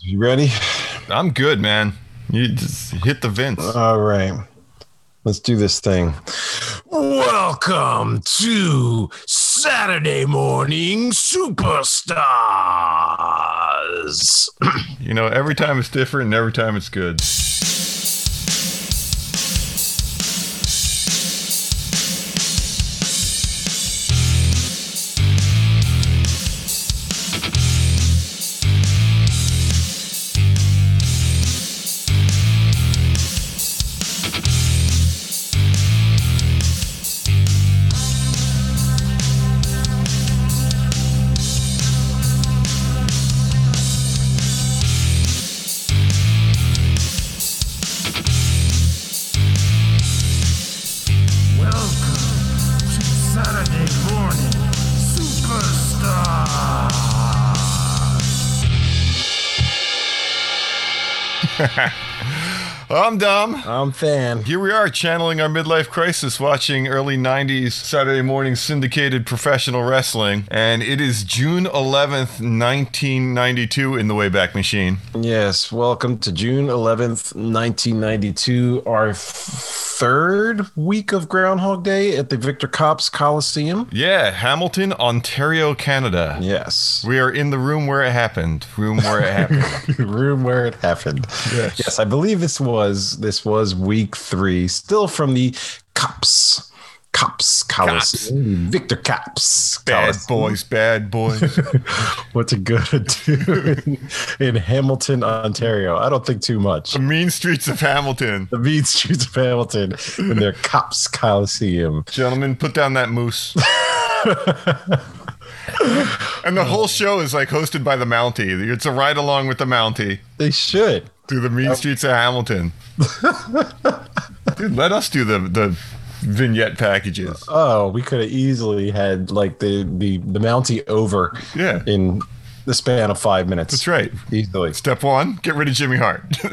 You ready? I'm good, man. You just hit the vents. All right. Let's do this thing. Welcome to Saturday Morning Superstars. You know, every time it's different and every time it's good. Welcome to Saturday Morning Superstars. I'm dumb. I'm fan. Here we are channeling our midlife crisis watching early 90s Saturday morning syndicated professional wrestling. And it is June 11th, 1992 in the Wayback Machine. Yes, welcome to June 11th, 1992, our f- third week of Groundhog Day at the Victor Copps Coliseum. Yeah, Hamilton, Ontario, Canada. Yes, We are in the room where it happened. Room where it happened. room where it happened. Yes. yes, I believe this was this was week three, still from the Copps Copps Coliseum, Mm. Victor Copps Bad Coliseum. boys, bad boys. What's it gonna do in, in Hamilton, Ontario? I don't think too much. the mean streets of Hamilton. The mean streets of Hamilton in their cops coliseum. Gentlemen, put down that moose. and the whole show is like hosted by the Mountie. It's a ride along with the Mountie They should. through the mean streets of Hamilton. Dude, let us do the the vignette packages. Oh, we could have easily had like the the the Mountie over Yeah. in the span of five minutes. That's right. Easily. Step one, get rid of Jimmy Hart.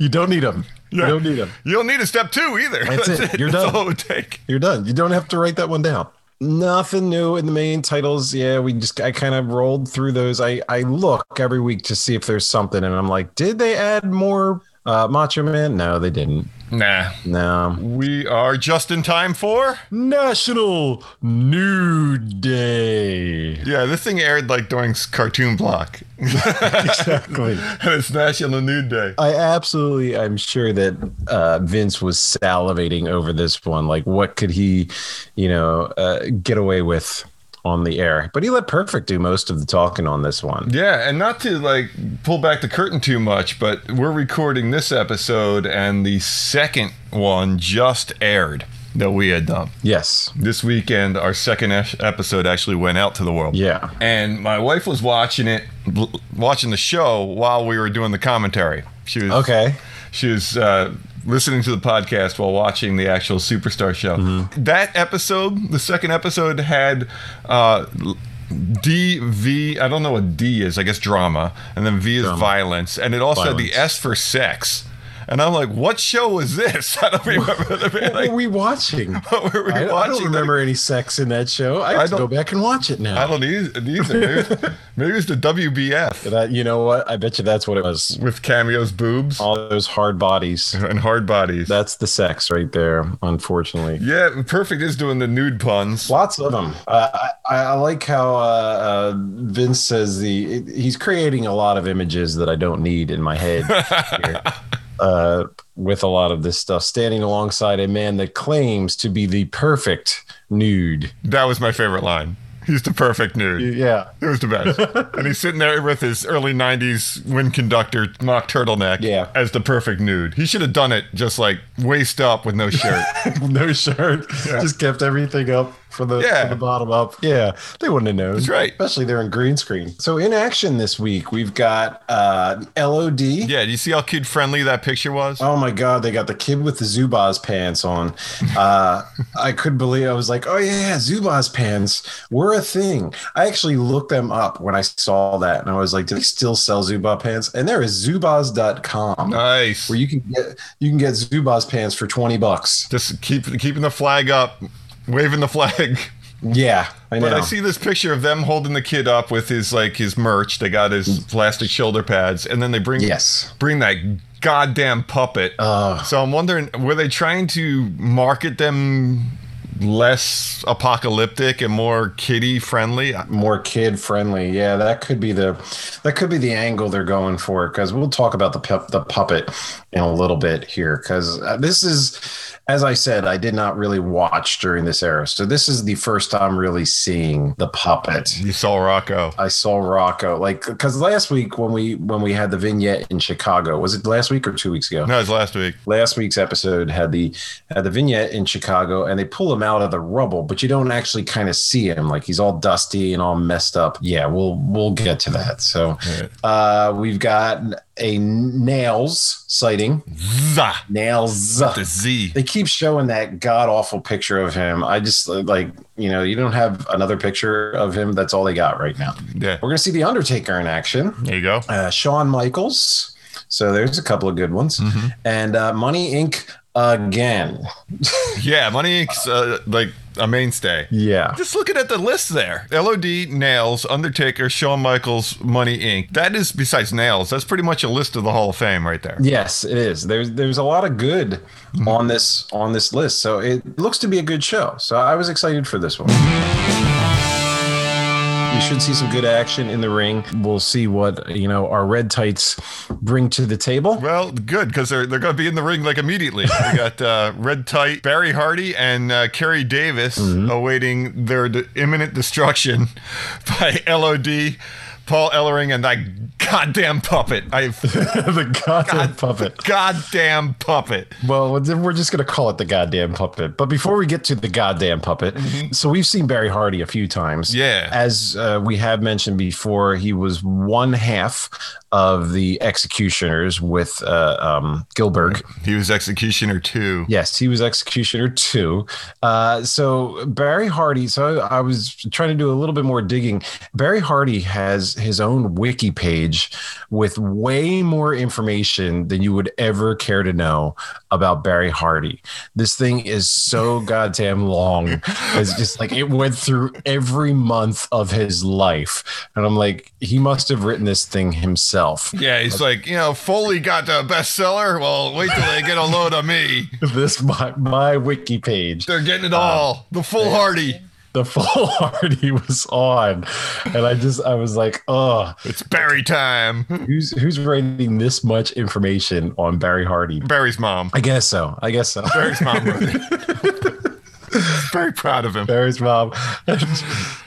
You don't need them. Yeah. You don't need them. you don't need a step two either. That's it. You're That's done. all it would take. You're done. You don't have to write that one down. Nothing new in the main titles. Yeah, we just I kind of rolled through those. I I look every week to see if there's something, and I'm like, did they add more uh, Macho Man? No, they didn't. Nah. No. We are just in time for. National New Day. Yeah, this thing aired like during s- cartoon block. Exactly. and it's National Nude Day. I absolutely, I'm sure that uh, Vince was salivating over this one. Like, what could he, you know, uh, get away with on the air? But he let Perfect do most of the talking on this one. Yeah, and not to like pull back the curtain too much, but we're recording this episode and the second one just aired that we had done. Yes. This weekend, our second es- episode actually went out to the world. Yeah. And my wife was watching it, l- watching the show while we were doing the commentary. She was Okay. She was uh, listening to the podcast while watching the actual Superstar show. That episode, the second episode, had uh, D V. I don't know what D is. I guess drama, and then V is violence, and it also had the Violence. S for sex. And I'm like, what show was this? I don't remember. the What like, were we watching? what were we I, I watching? don't remember any sex in that show. I have I to go don't- back and watch it I now. don't either. Maybe, maybe it was the WBF That, you know what? I bet you that's what it was. with cameos, boobs, All those hard bodies. and hard bodies. That's the sex right there, unfortunately. yeah, Perfect is doing the nude puns. Lots of Hmm. them. Uh, I, I like how uh, uh, Vince says the he's creating a lot of images that I don't need in my head here, uh, with a lot of this stuff. Standing alongside a man that claims to be the perfect nude. That was my favorite line. He's the perfect nude. Yeah, It was the best. and he's sitting there with his early 90s wind conductor mock turtleneck Yeah. as the perfect nude. He should have done it just like waist up with no shirt. no shirt. Just kept everything up from the, Yeah. from the bottom up. Yeah, they wouldn't have known. That's right. Especially they're in green screen. So in action this week, we've got uh, LOD. yeah, do you see how kid friendly that picture was? Oh my God, they got the kid with the Zubaz pants on. Uh, I couldn't believe I was like, oh yeah, Zubaz pants were a thing. I actually looked them up when I saw that and I was like, do they still sell Zubaz pants? And there is Zubaz.com Uh, nice. where you can get you can get Zubaz pants for 20 bucks. just keep keeping the flag up, waving the flag. Yeah, I know. But I see this picture of them holding the kid up with his like his merch. They got his plastic shoulder pads, and then they bring Mm. Yes. bring that goddamn puppet. so I'm wondering, were they trying to market them less apocalyptic and more kiddie friendly? more kid friendly. Yeah, that could be the that could be the angle they're going for because we'll talk about the pu- the puppet in a little bit here because uh, this is as I said I did not really watch during this era, so this is the first time really seeing the puppet. You saw Rocco. I saw Rocco like because last week when we when we had the vignette in Chicago was it last week or two weeks ago? No, it was last week. last week's episode had the had the vignette in Chicago, and they pull him out of the rubble, but you don't actually kind of see him. Like he's all dusty and all messed up. Yeah, we'll we'll get to that. So uh, we've got a nails sighting. Za Nails. the Z. They keep showing that god awful picture of him. I just like you know you don't have another picture of him. That's all they got right now. Yeah, We're gonna see the Undertaker in action there you go. uh, Shawn Michaels. So there's a couple of good ones. And uh, Money Inc. again. Yeah, Money Inc.'s uh, like a mainstay. Yeah. Just looking at the list there LOD, Nails, Undertaker, Shawn Michaels, Money Inc. That is, besides Nails, that's pretty much a list of the Hall of Fame right there. Yes, it is. There's there's a lot of good on this on this list. So it looks to be a good show. So I was excited for this one. We should see some good action in the ring. We'll see what you know our red tights bring to the table. Well, good, because they're, they're going to be in the ring like immediately. we got uh, Red Tight, Barry Hardy, and uh, Kerry Davis awaiting their d- imminent destruction by LOD, Paul Ellering, and that goddamn puppet. I the goddamn puppet. Goddamn puppet. Well, then we're just going to call it the goddamn puppet. But before we get to the goddamn puppet, so we've seen Barry Hardy a few times. Yeah. As uh, we have mentioned before, he was one half of the executioners with uh, um, Gilbert. He was Executioner too. Yes, he was executioner too. Uh, so Barry Hardy. So I was trying to do a little bit more digging. Barry Hardy has his own wiki page with way more information than you would ever care to know about Barry Hardy. This thing is so goddamn long. It's just like it went through every month of his life, and I'm like, he must have written this thing himself. Yeah, he's like, you know, Foley got the bestseller. Well, wait till they get a load of me. This my my wiki page. They're getting it all. The full Hardy. the full Hardy was on, and I just I was like, oh, It's Barry time. who's who's writing this much information on Barry Hardy? Barry's mom. I guess so. I guess so. Barry's mom. wrote it. Very proud of him. Barry's mom and,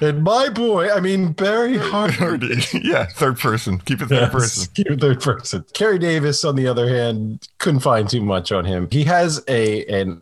and my boy. I mean Barry Hardy. Hardy. Yeah, third person. Keep it third person. You're Third person. Kerry Davis, on the other hand, couldn't find too much on him. He has a an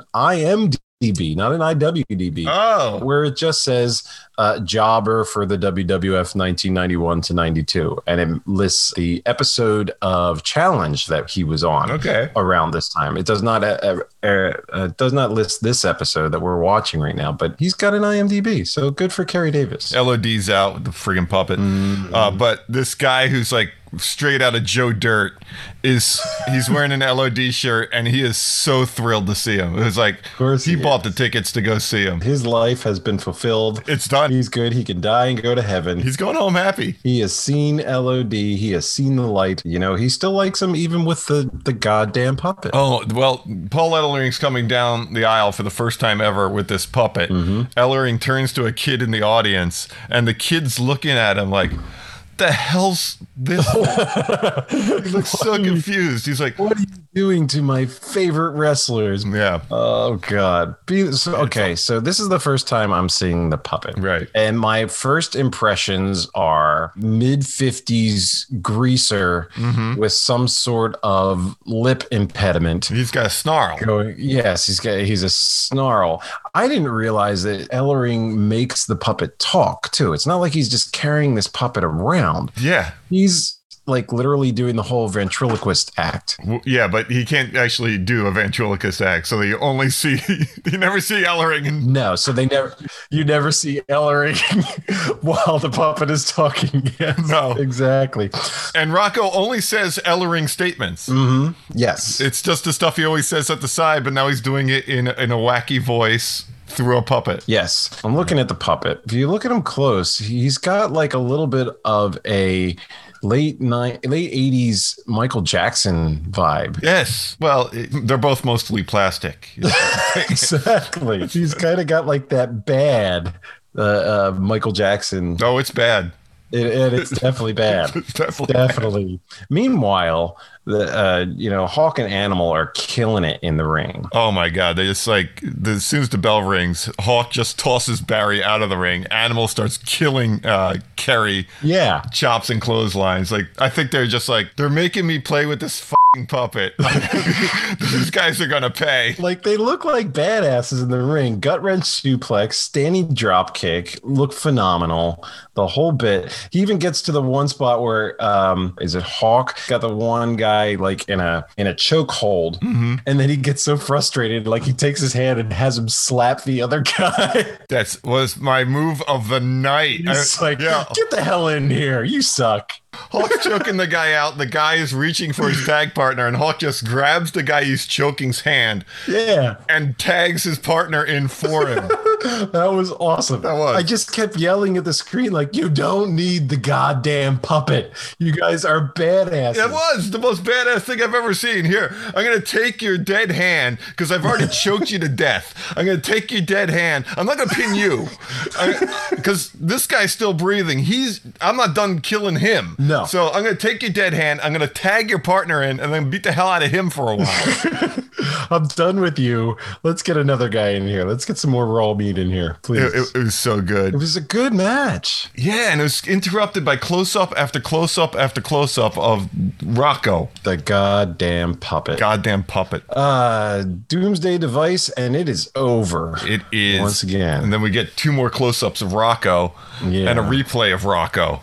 IMDb, not an IWDB. Oh, where it just says uh, jobber for the WWF 1991 to 92. And it lists the episode of challenge that he was on okay. around this time. It does not uh, uh, uh, does not list this episode that we're watching right now, but he's got an IMDb. So good for Kerry Davis. LOD's out with the friggin' puppet. Uh, but this guy who's like straight out of Joe Dirt is he's wearing an LOD shirt and he is so thrilled to see him. It was like course he, he bought the tickets to go see him. His life has been fulfilled. It's done. He's good. He can die and go to heaven. He's going home happy. He has seen LOD. He has seen the light. You know, he still likes him even with the, the goddamn puppet. Oh, well, Paul Ellering's coming down the aisle for the first time ever with this puppet. Ellering turns to a kid in the audience, and the kid's looking at him like, the hell's this? he looks so confused. He's like, What are you doing to my favorite wrestlers? yeah, Oh God! Be- so- okay, so this is the first time I'm seeing the puppet, Right. And my first impressions are mid '50s greaser with some sort of lip impediment. he's got a snarl. Going, yes, he's got he's a snarl. I didn't realize that Ellering makes the puppet talk too. It's not like he's just carrying this puppet around. Yeah, He's like literally doing the whole ventriloquist act. W- yeah, but he can't actually do a ventriloquist act, so you only see, you never see Ellering in No, so they never you never see Ellering while the puppet is talking. Yes, No. Exactly. And Rocco only says Ellering statements. Yes. It's just the stuff he always says at the side, but now he's doing it in in a wacky voice. through a puppet. Yes, I'm looking at the puppet. If you look at him close, he's got like a little bit of a late night, late '80s Michael Jackson vibe. Yes. Well, it, they're both mostly plastic. exactly. He's kind of got like that bad uh, uh, Michael Jackson. no, it's bad. It, it, it's definitely bad. It's definitely bad. definitely. Meanwhile, the uh, you know Hawk and Animal are killing it in the ring. Oh my god! They just like the, as soon as the bell rings, Hawk just tosses Barry out of the ring. Animal starts killing uh, Kerry, Yeah, chops and clotheslines. Like I think they're just like they're making me play with this fing puppet. These guys are gonna pay. like they look like badasses in the ring. Gut wrench suplex, standing drop kick, look phenomenal. The whole bit. He even gets to the one spot where um is it Hawk got the one guy like in a in a choke hold, and then he gets so frustrated, like he takes his hand and has him slap the other guy. That's was my move of the night. He's I- like, get the hell in here, you suck. Hawk's choking the guy out. The guy is reaching for his tag partner, and Hawk just grabs the guy he's choking's hand Yeah. and tags his partner in for him. That was awesome. That was. I just kept yelling at the screen like, "You don't need the goddamn puppet. You guys are badasses." It was the most badass thing I've ever seen. Here, I'm gonna take your dead hand because I've already choked you to death. I'm gonna take your dead hand. I'm not gonna pin you because this guy's still breathing. He's I'm not done killing him. No. So I'm gonna take your dead hand. I'm gonna tag your partner in and then beat the hell out of him for a while. I'm done with you. Let's get another guy in here. Let's get some more raw meat in here, please. it, It, it- it was so good. was a good match. Yeah, and it was interrupted by close up after close up after close up of Rocco, The goddamn puppet. goddamn puppet. Uh, Doomsday device, and it is over. It is Once again. and then we get two more close-ups of Rocco Yeah. and a replay of Rocco.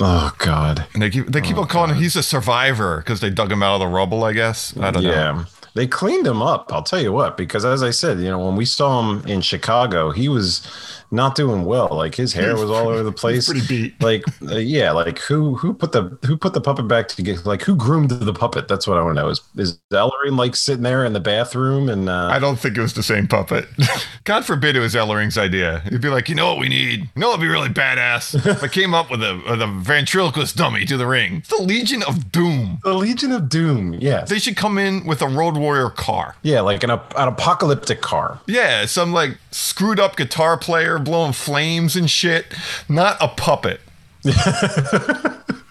oh God. And they keep they Oh, keep on calling him he's a survivor because they dug him out of the rubble. I guess I uh, don't know. Yeah. They cleaned him up, I'll tell you what, because as I said, you know, when we saw him in Chicago, he was not doing well. Like his hair was all over the place. pretty beat. Like uh, yeah, like who who put the who put the puppet back to get like who groomed the puppet? That's what I want to know. Is is Ellery like sitting there in the bathroom and uh I don't think it was the same puppet. God forbid it was Ellering's idea. He'd be like, you know what we need? You know what'd be really badass? if I came up with a with a ventriloquist dummy to the ring. It's the Legion of Doom. the Legion of Doom, yeah. They should come in with a Road Warrior car. Yeah, like an, ap- an apocalyptic car. Yeah, some like screwed up guitar player blowing flames and shit, not a puppet.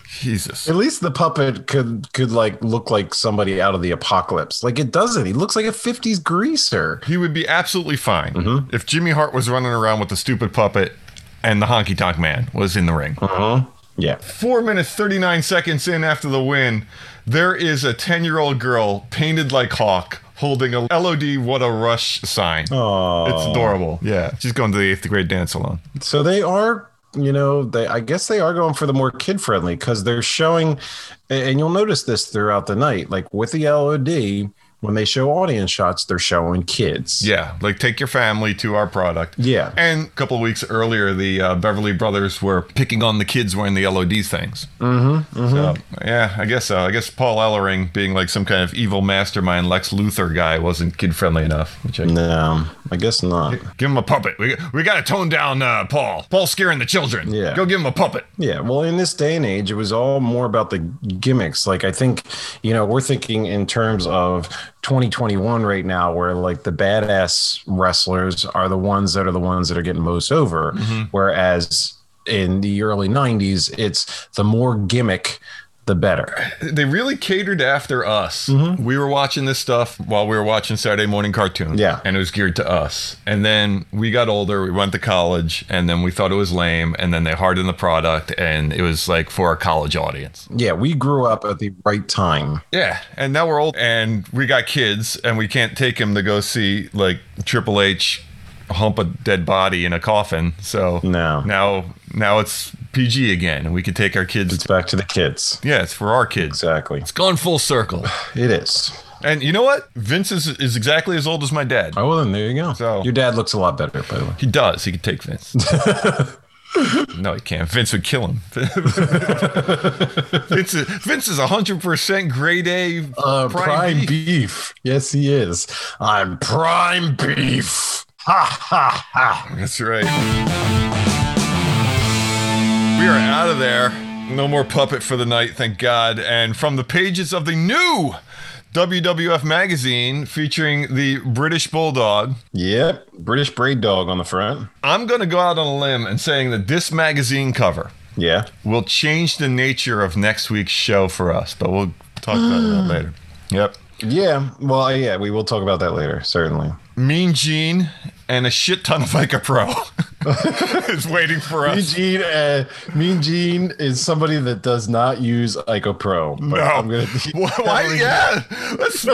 Jesus. At least the puppet could could like look like somebody out of the apocalypse. Like it doesn't. He looks like a 50s greaser. He would be absolutely fine if Jimmy Hart was running around with the stupid puppet and the honky tonk man was in the ring. Yeah. Four minutes, 39 seconds in after the win, there is a 10 year old girl painted like Hawk holding a LOD What a Rush sign. Aww. It's adorable. Yeah. She's going to the eighth grade dance along. So they are, you know, they I guess they are going for the more kid friendly because they're showing, a- and you'll notice this throughout the night, like with the LOD when they show audience shots, they're showing kids. Yeah, like take your family to our product. Yeah. And a couple of weeks earlier, the uh, Beverly Brothers were picking on the kids wearing the LOD things. Mm-hmm. So, mm-hmm. yeah, I guess so. I guess Paul Ellering being like some kind of evil mastermind Lex Luthor guy wasn't kid friendly enough. Which I, No, Um, I guess not. Give him a puppet. We, we got to tone down uh, Paul. Paul's scaring the children. Yeah. Go give him a puppet. Yeah, well, in this day and age, it was all more about the gimmicks. Like, I think, you know, we're thinking in terms of 2021 right now, where like the badass wrestlers are the ones that are the ones that are getting most over. Whereas in the early 90s, it's the more gimmick, the better. They really catered after us. Mm-hmm. We were watching this stuff while we were watching Saturday morning cartoons. Yeah. And it was geared to us. And then we got older, we went to college, and then we thought it was lame. And then they hardened the product, and it was like for a college audience. Yeah, we grew up at the right time. Yeah. And now we're old and we got kids, and we can't take them to go see like Triple H hump a dead body in a coffin. So No. now, now it's PG again, and we can take our kids. It's back to the kids. Yeah, it's for our kids. Exactly. It's gone full circle. It is. And you know what? Vince is, is exactly as old as my dad. Oh, well, then there you go. So- Your dad looks a lot better, by the way. He does. He could take Vince. no, he can't. Vince would kill him. Vince, is, Vince is 100% grade A Uh, prime, B. beef. Yes, he is. I'm prime beef. Ha ha ha. That's right. We are out of there. No more puppet for the night, thank God. And from the pages of the new WWF magazine featuring the British Bulldog, Yep. British braid dog on the front. I'm going to go out on a limb and saying that this magazine cover Yeah. will change the nature of next week's show for us, but we'll talk about that later. Yep. Yeah. Well, yeah, we will talk about that later, certainly. Mean Gene and a shit ton of Ica Pro is waiting for Mean us. Gene, uh, mean Gene is somebody that does not use Ico Pro. But No. I'm gonna, why? why yeah. That's-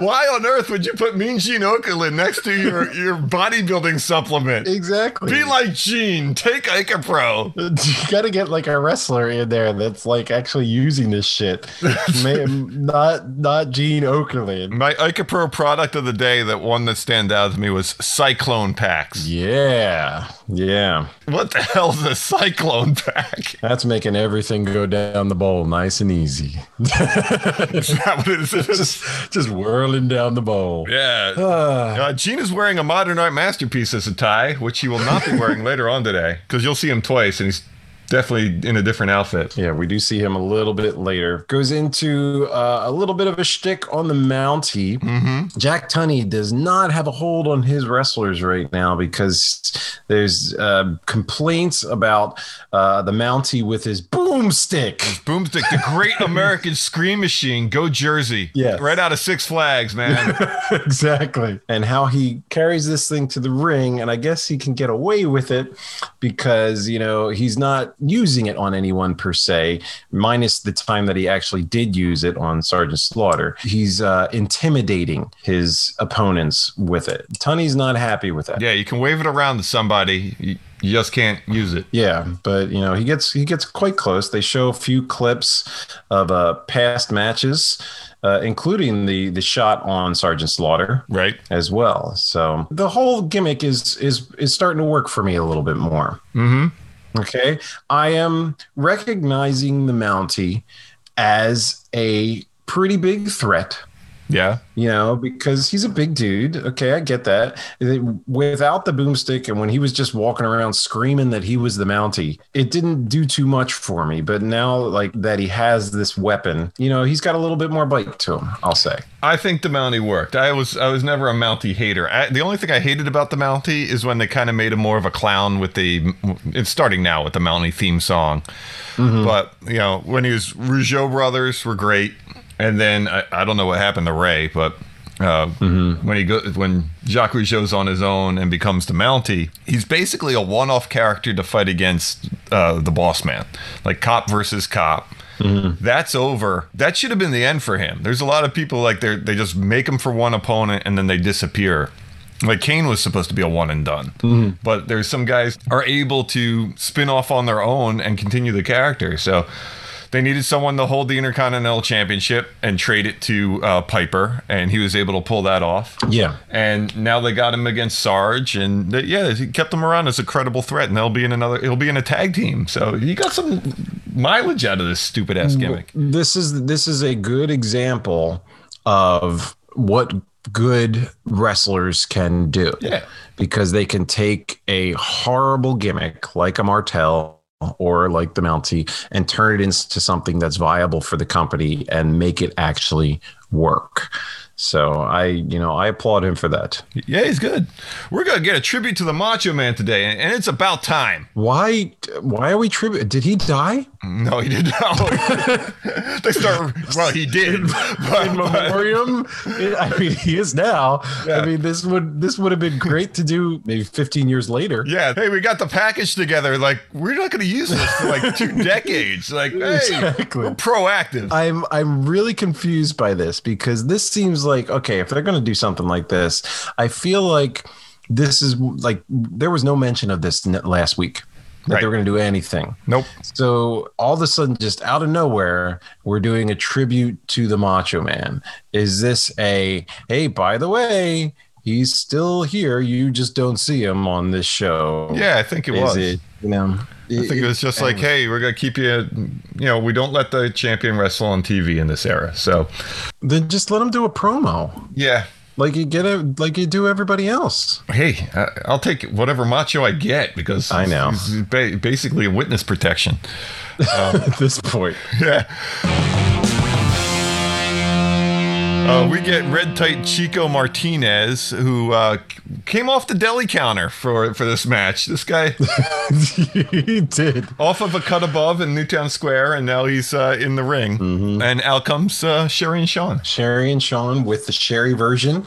why on earth would you put Mean Gene Okerlund next to your, your bodybuilding supplement? Exactly. Be like Gene. Take Ica Pro. you gotta get like a wrestler in there that's like actually using this shit. May, not not Gene Okerlund. My Ica Pro product of the day, that one that stand out to me was Cyclone Packs. Yeah, yeah. What the hell's a Cyclone Pack? That's making everything go down the bowl nice and easy. Is that what it is? just just whirling down the bowl. Yeah. Ah, Uh, Gene is wearing a modern art masterpiece as a tie, which he will not be wearing later on today because you'll see him twice, and he's definitely in a different outfit. yeah, we do see him a little bit later. Goes into uh, a little bit of a shtick on the Mountie. Jack Tunney does not have a hold on his wrestlers right now because there's uh, complaints about uh, the Mountie with his boomstick. Boomstick, the great American scream machine. Go Jersey. Yes. Right out of Six Flags, man. exactly. And how he carries this thing to the ring. And I guess he can get away with it because, you know, he's not using it on anyone per se, minus the time that he actually did use it on Sergeant Slaughter. He's uh, intimidating his opponents with it. Tunney's not happy with that. yeah, you can wave it around to somebody. You, you just can't use it. Yeah, but you know he gets he gets quite close. They show a few clips of uh, past matches, uh, including the the shot on Sergeant Slaughter Right. as well. So the whole gimmick is is is starting to work for me a little bit more. Mm-hmm. Okay, I am recognizing the Mountie as a pretty big threat Yeah. you know, because he's a big dude. Okay, I get that. Without the boomstick and when he was just walking around screaming that he was the Mountie, it didn't do too much for me. But now, like that, he has this weapon. You know, he's got a little bit more bite to him. I'll say. I think the Mountie worked. I was I was never a Mountie hater. I, the only thing I hated about the Mountie is when they kind of made him more of a clown with the. It's starting now with the Mountie theme song, but you know when he was Rougeau brothers were great, and then I, I don't know what happened to Ray, but. Uh, When he go, when Jacques Rougeau's on his own and becomes the Mountie, he's basically a one-off character to fight against uh, the Boss Man, like cop versus cop. That's over. That should have been the end for him. There's a lot of people like they they just make him for one opponent and then they disappear. Like Kane was supposed to be a one and done, but there's some guys are able to spin off on their own and continue the character. So they needed someone to hold the Intercontinental Championship and trade it to uh, Piper, and he was able to pull that off. Yeah. And now they got him against Sarge, and they, yeah, he kept him around as a credible threat, and they'll be in another. He'll be in a tag team, so he got some mileage out of this stupid ass Mm. gimmick. This is this is a good example of what good wrestlers can do. Yeah. Because they can take a horrible gimmick like a Martel or like the Mountie and turn it into something that's viable for the company and make it actually work. So I, you know, I applaud him for that. Yeah, he's good. We're gonna get a tribute to the Macho Man today, and, and it's about time. Why why are we tribute did he die? No, he didn't. they start. Well, he did. But, but- memoriam. I mean, he is now. Yeah. I mean, this would this would have been great to do maybe 15 years later. yeah, hey, we got the package together. Like, we're not going to use this for like two decades. Like, hey, Exactly. we're proactive. I'm I'm really confused by this because this seems like okay, if they're going to do something like this, I feel like this is like there was no mention of this n- last week that Right. they were going to do anything. nope. So all of a sudden, just out of nowhere, we're doing a tribute to the Macho Man. Is this a hey? By the way, he's still here. You just don't see him on this show. Yeah, I think it is was. it? You know, I think it was just like, hey, we're gonna keep you. You know, we don't let the champion wrestle on TV in this era. So, then just let him do a promo. yeah, like you get it, like you do everybody else. Hey, I- I'll take whatever macho I get because I know. it's- it's ba- basically a witness protection. At this point, Yeah. Uh, we get red tight Chico Martinez, who uh, c- came off the deli counter for for this match. This guy he did. off of a cut above in Newtown Square, and now he's uh, in the ring. And out comes uh, Sherry and Sean. Sherry and Sean with the Sherry version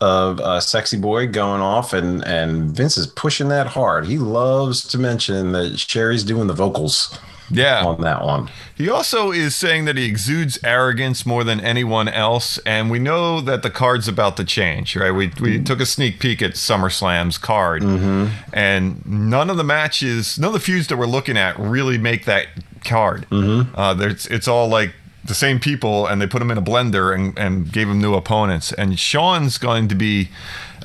of uh, "Sexy Boy" going off, and and Vince is pushing that hard. He loves to mention that Sherry's doing the vocals Yeah. on that one. He also is saying that he exudes arrogance more than anyone else, and we know that the card's about to change, right? We, we took a sneak peek at SummerSlam's card, and none of the matches, none of the feuds that we're looking at really make that card. Uh, there's, it's all like the same people, and they put them in a blender and, and gave them new opponents. And Sean's going to be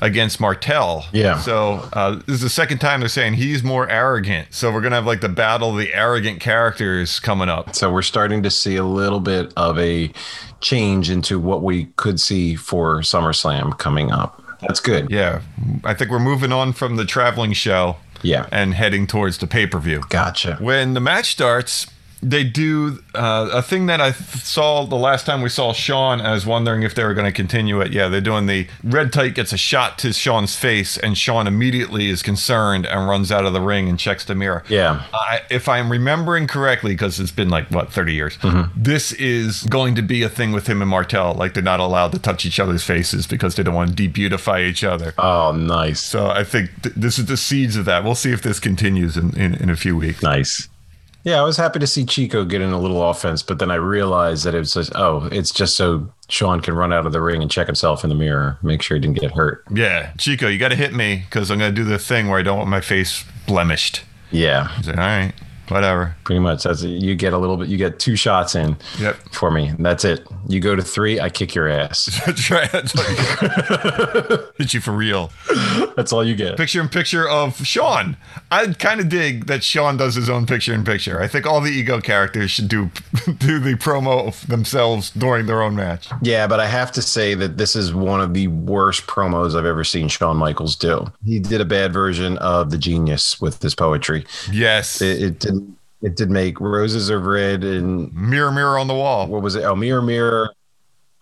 against Martel. Yeah. So uh, this is the second time they're saying he's more arrogant. So we're going to have like the battle of the arrogant characters coming up. So we're starting to see a little bit of a change into what we could see for SummerSlam coming up. That's good. Yeah, I think we're moving on from the traveling show Yeah. and heading towards the pay per view. Gotcha. When the match starts, they do uh, a thing that I th- saw the last time we saw Sean. I was wondering if they were going to continue it. Yeah, they're doing the red tight gets a shot to Sean's face, and Sean immediately is concerned and runs out of the ring and checks the mirror. Yeah. I, if I'm remembering correctly, because it's been like what 30 years, Mm-hmm. this is going to be a thing with him and Martel. Like they're not allowed to touch each other's faces because they don't want to debeautify each other. Oh, nice. So I think th- this is the seeds of that. We'll see if this continues in, in, in a few weeks. Nice. Yeah, I was happy to see Chico get in a little offense, but then I realized that it was just, oh, it's just so Sean can run out of the ring and check himself in the mirror, make sure he didn't get hurt. Yeah, Chico, you got to hit me because I'm going to do the thing where I don't want my face blemished. Yeah, I said, all right, whatever. pretty much. That's you get a little bit. You get two shots in Yep. for me. That's it. You go to three, I kick your ass. That's right. That's what- Hit you for real. That's all you get. picture in picture of Sean. I kind of dig that Sean does his own picture in picture. I think all the ego characters should do do the promo of themselves during their own match. Yeah, but I have to say that this is one of the worst promos I've ever seen Shawn Michaels do. He did a bad version of the genius with his poetry. Yes. It, it did. It did make roses are red and mirror, mirror on the wall. what was it? Oh, mirror, mirror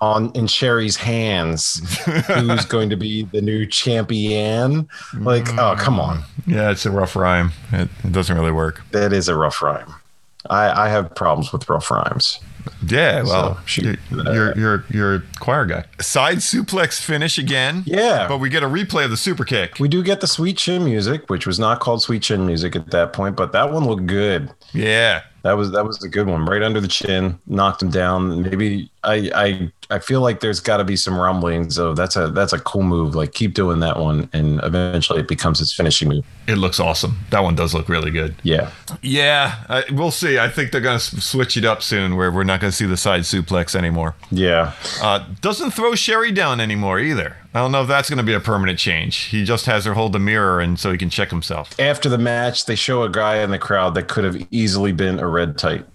on in Sherry's hands. Who's going to be the new champion? Like, oh, come on. Yeah, it's a rough rhyme. It, it doesn't really work. That is a rough rhyme. I, I have problems with rough rhymes. Yeah, well, So, uh, shoot. you're, you're you're you're choir guy. Side suplex finish again. Yeah. but we get a replay of the super kick. We do get the sweet chin music, which was not called sweet chin music at that point, but that one looked good. Yeah, That was that was a good one, right under the chin, knocked him down. Maybe I I I feel like there's got to be some rumblings of that's a that's a cool move. Like keep doing that one, and eventually it becomes his finishing move. it looks awesome. That one does look really good. Yeah, Yeah, I, we'll see. I think they're gonna s- switch it up soon, where we're not gonna see the side suplex anymore. yeah. Uh, doesn't throw Sherry down anymore either. I don't know if that's going to be a permanent change. He just has her hold the mirror and so he can check himself. After the match, they show a guy in the crowd that could have easily been a red tight.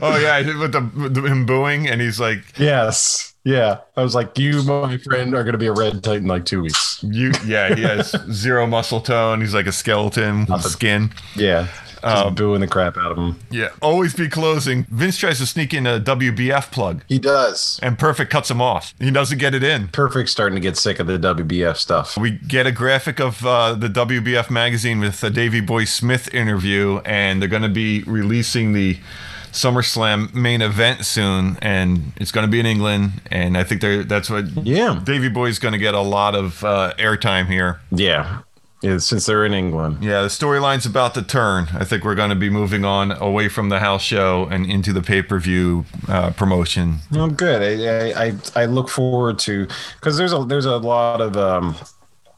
Oh yeah, with the with him booing and he's like, Yes, yeah. I was like, you, my friend, are going to be a red tight in like two weeks. "You yeah." He has zero muscle tone. He's like a skeleton with skin. Yeah, just booing the crap out of him. Yeah, always be closing. Vince tries to sneak in a WBF plug He does. and Perfect cuts him off. He doesn't get it in. Perfect. Starting to get sick of the WBF stuff. We get a graphic of uh, the WBF magazine with the Davy Boy Smith interview, and they're going to be releasing the SummerSlam main event soon, and it's going to be in England. And I think they're, that's what Yeah. Davy Boy's going to get a lot of uh, airtime here. Yeah. yeah since they're in England. Yeah, the storyline's about to turn. I think we're going to be moving on away from the house show and into the pay per view uh, promotion. Well, Oh, good. I- I, I I look forward to because there's a there's a lot of um,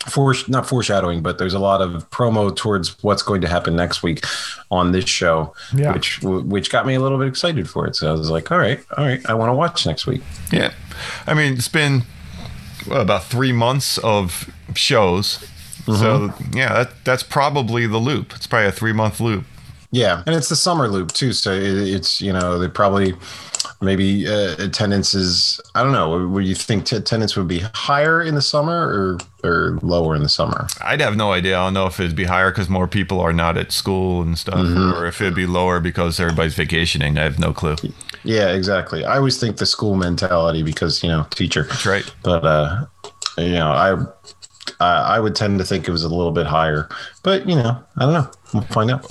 foresh- not foreshadowing, but there's a lot of promo towards what's going to happen next week on this show, Yeah. which which got me a little bit excited for it. So I was like, all right, all right, I want to watch next week. Yeah. I mean, it's been what, about three months of shows. So, yeah, that, that's probably the loop. It's probably a three month loop. Yeah, and it's the summer loop too, so it, it's you know they probably maybe uh, attendance is I don't know. Would you think t- attendance would be higher in the summer or or lower in the summer? I'd have no idea. I don't know if it'd be higher because more people are not at school and stuff, or if it'd be lower because everybody's vacationing. I have no clue. Yeah, exactly. I always think the school mentality because you know teacher. That's right. But uh, you know, I. I I would tend to think it was a little bit higher, but you know, I don't know. We'll find out.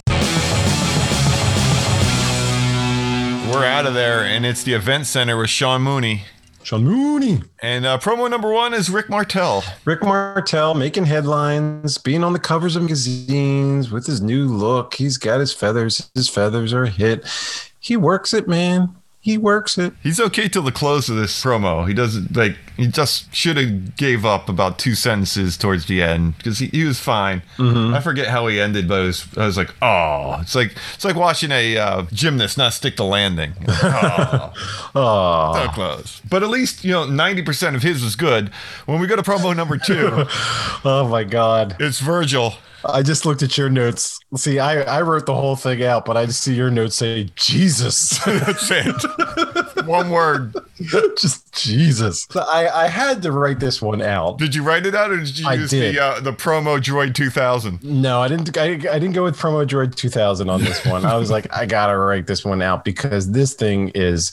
We're out of there, and it's the event center with Sean Mooney. Sean Mooney. And uh, promo number one is Rick Martel. Rick Martel making headlines, being on the covers of magazines with his new look. He's got his feathers. His feathers are a hit. He works it, man. He works it. He's okay till the close of this promo. He doesn't like. He just should have gave up about two sentences towards the end because he, he was fine. Mm-hmm. I forget how he ended, but it was, I was like, oh, it's like it's like watching a uh, gymnast not stick the landing. Like, "Aw." Oh, so close. But at least, you know, 90% of his was good. When we go to promo number two, oh my God. it's Virgil. I just looked at your notes. See, I, I wrote the whole thing out, but I just see your notes say Jesus. That's it. One word. just Jesus. So I, I had to write this one out. Did you write it out or did you I use did. the uh, the promo Droid 2000? No, I didn't. I, I didn't go with promo droid 2000 on this one. I was like, I gotta write this one out because this thing is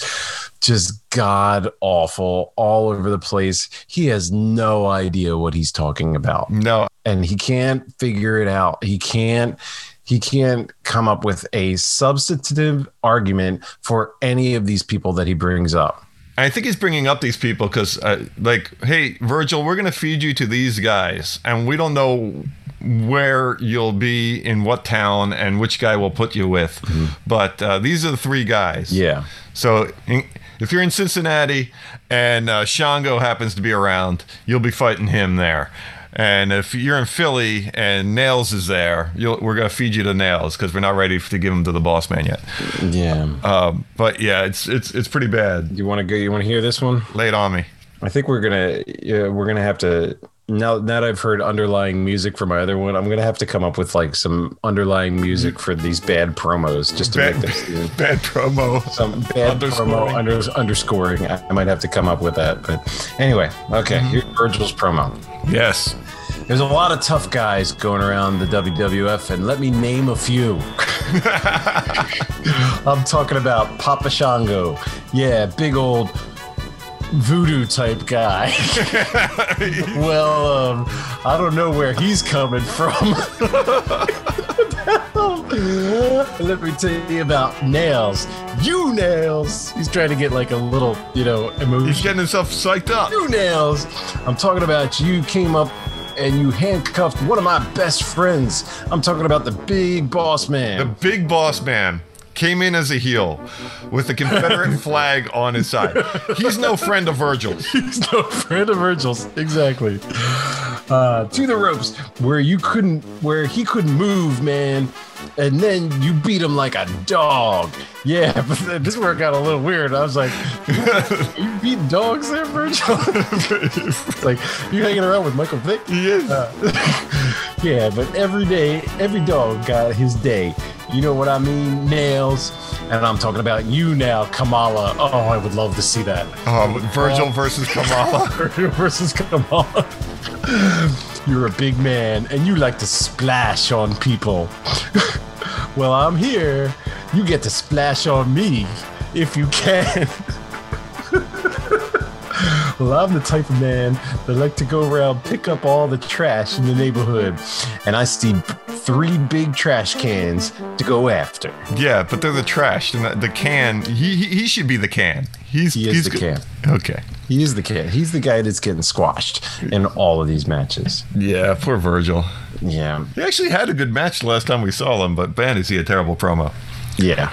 just god awful all over the place. He has no idea what he's talking about. No, and he can't figure it out. He can't he can't come up with a substantive argument for any of these people that he brings up. I think he's bringing up these people because, uh, like, hey, Virgil, we're going to feed you to these guys, and we don't know where you'll be, in what town, and which guy we'll put you with. But uh, these are the three guys. Yeah. So in, if you're in Cincinnati and uh, Shango happens to be around, you'll be fighting him there. And if you're in Philly and Nails is there, you'll, we're going to feed you to Nails because we're not ready to give him to the boss man yet. Yeah. Um, but yeah, it's it's it's pretty bad. you want to go you want to hear this one? Lay it on me. I think we're going to uh, we're going to have to now now that I've heard underlying music for my other one, I'm going to have to come up with like some underlying music for these bad promos just to Bad, make this bad promo. some bad Underscoring. promo under, underscoring. I, I might have to come up with that. But anyway, okay, Mm-hmm. here's Virgil's promo. Yes. There's a lot of tough guys going around the WWF, and let me name a few. I'm talking about Papa Shango. Yeah, big old voodoo type guy. well, um, I don't know where he's coming from. Let me tell you about Nails. You Nails! He's trying to get like a little, you know, emotion He's getting himself psyched up. you nails. I'm talking about you came up and you handcuffed one of my best friends. I'm talking about the big boss The man. big boss man came in as a heel with the Confederate flag on his side. He's no friend of Virgil's. He's no friend of Virgil's. Exactly. Uh, to the ropes where you couldn't, where he couldn't move, man. And then you beat him like a dog. Yeah, but then this work got a little weird. I was like, you beat dogs there, Virgil? It's like, you hanging around with Michael Vick? He is. Yeah, but every day, every dog got his day. You know what I mean? Nails. And I'm talking about you now, Kamala. Oh, I would love to see that. Um, Virgil versus Kamala. Versus Kamala. You're a big man and you like to splash on people. well, I'm here. You get to splash on me if you can. Well, I'm the type of man that like to go around pick up all the trash in the neighborhood, and I see three big trash cans to go after. Yeah, but they're the trash. And the, the can. He, he he should be the can. He's He is he's the good. Okay. He is the kid. He's the guy that's getting squashed in all of these matches. Yeah, poor Virgil. Yeah, He actually had a good match the last time we saw him, but man, is he a terrible promo. yeah.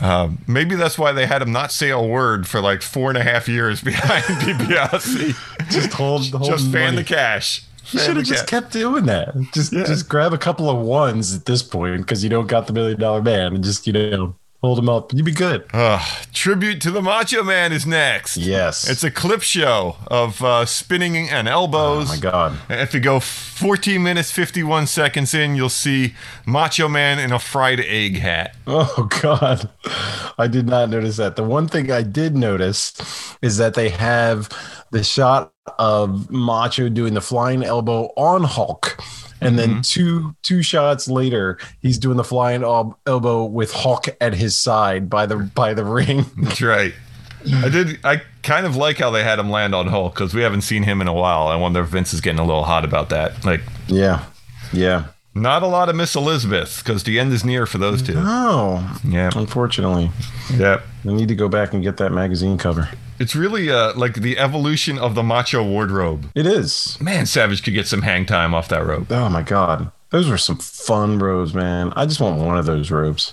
Um, maybe that's why they had him not say a word for like four and a half years behind DiBiase. Just hold, hold Just fan money. the cash. You should have just kept doing that. Just just grab a couple of ones at this point because you don't got the million dollar man and just you know Hold him up. You'd be good. Uh, tribute to the Macho Man is next. Yes. It's a clip show of uh, spinning and oh elbows. my god. If you go 14 minutes 51 seconds in, you'll see Macho Man in a fried egg hat. Oh god. I did not notice that. The one thing I did notice is that they have the shot of Macho doing the flying elbow on Hulk. And Mm-hmm. then two two shots later, he's doing the flying el- elbow with Hulk at his side by the by the ring. That's right. I did. I kind of like how they had him land on Hulk because we haven't seen him in a while. I wonder if Vince is getting a little hot about that. Like, Yeah. Yeah. not a lot of Miss Elizabeth because the end is near for those two. Oh, Yeah, unfortunately. yeah. I need to go back and get that magazine cover. It's really uh, like the evolution of the macho wardrobe. It is. Man, Savage could get some hang time off that rope. Oh my god. Those were some fun robes, man. I just want one of those robes.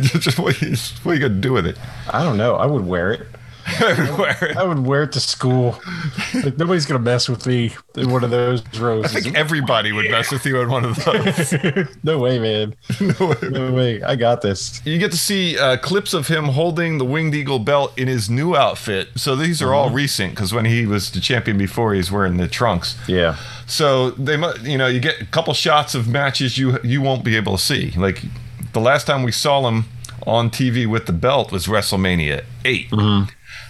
Just what are you, what are you gonna do with it? I don't know. I would wear it. Everywhere. I would wear it to school. Like nobody's gonna mess with me in one of those robes. I think everybody would mess with you on one of those. no way, man. No way. I got this. you get to see uh, clips of him holding the Winged Eagle belt in his new outfit. So these are all recent because when he was the champion before, he's wearing the trunks. Yeah. So they, mu- you know, you get a couple shots of matches you you won't be able to see. Like the last time we saw him on TV with the belt was WrestleMania 8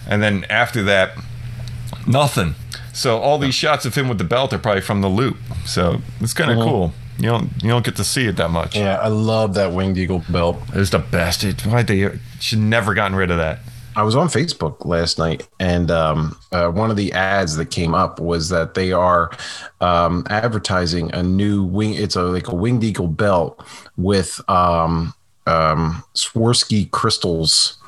and then after that, nothing. So all these shots of him with the belt are probably from the loop. So it's kind of cool. You don't you don't get to see it that much. Yeah, I love that winged eagle belt. It was the best. It, why they should never gotten rid of that. I was on Facebook last night, and um, uh, one of the ads that came up was that they are um, advertising a new wing. It's a like a winged eagle belt with um, um, Swarovski crystals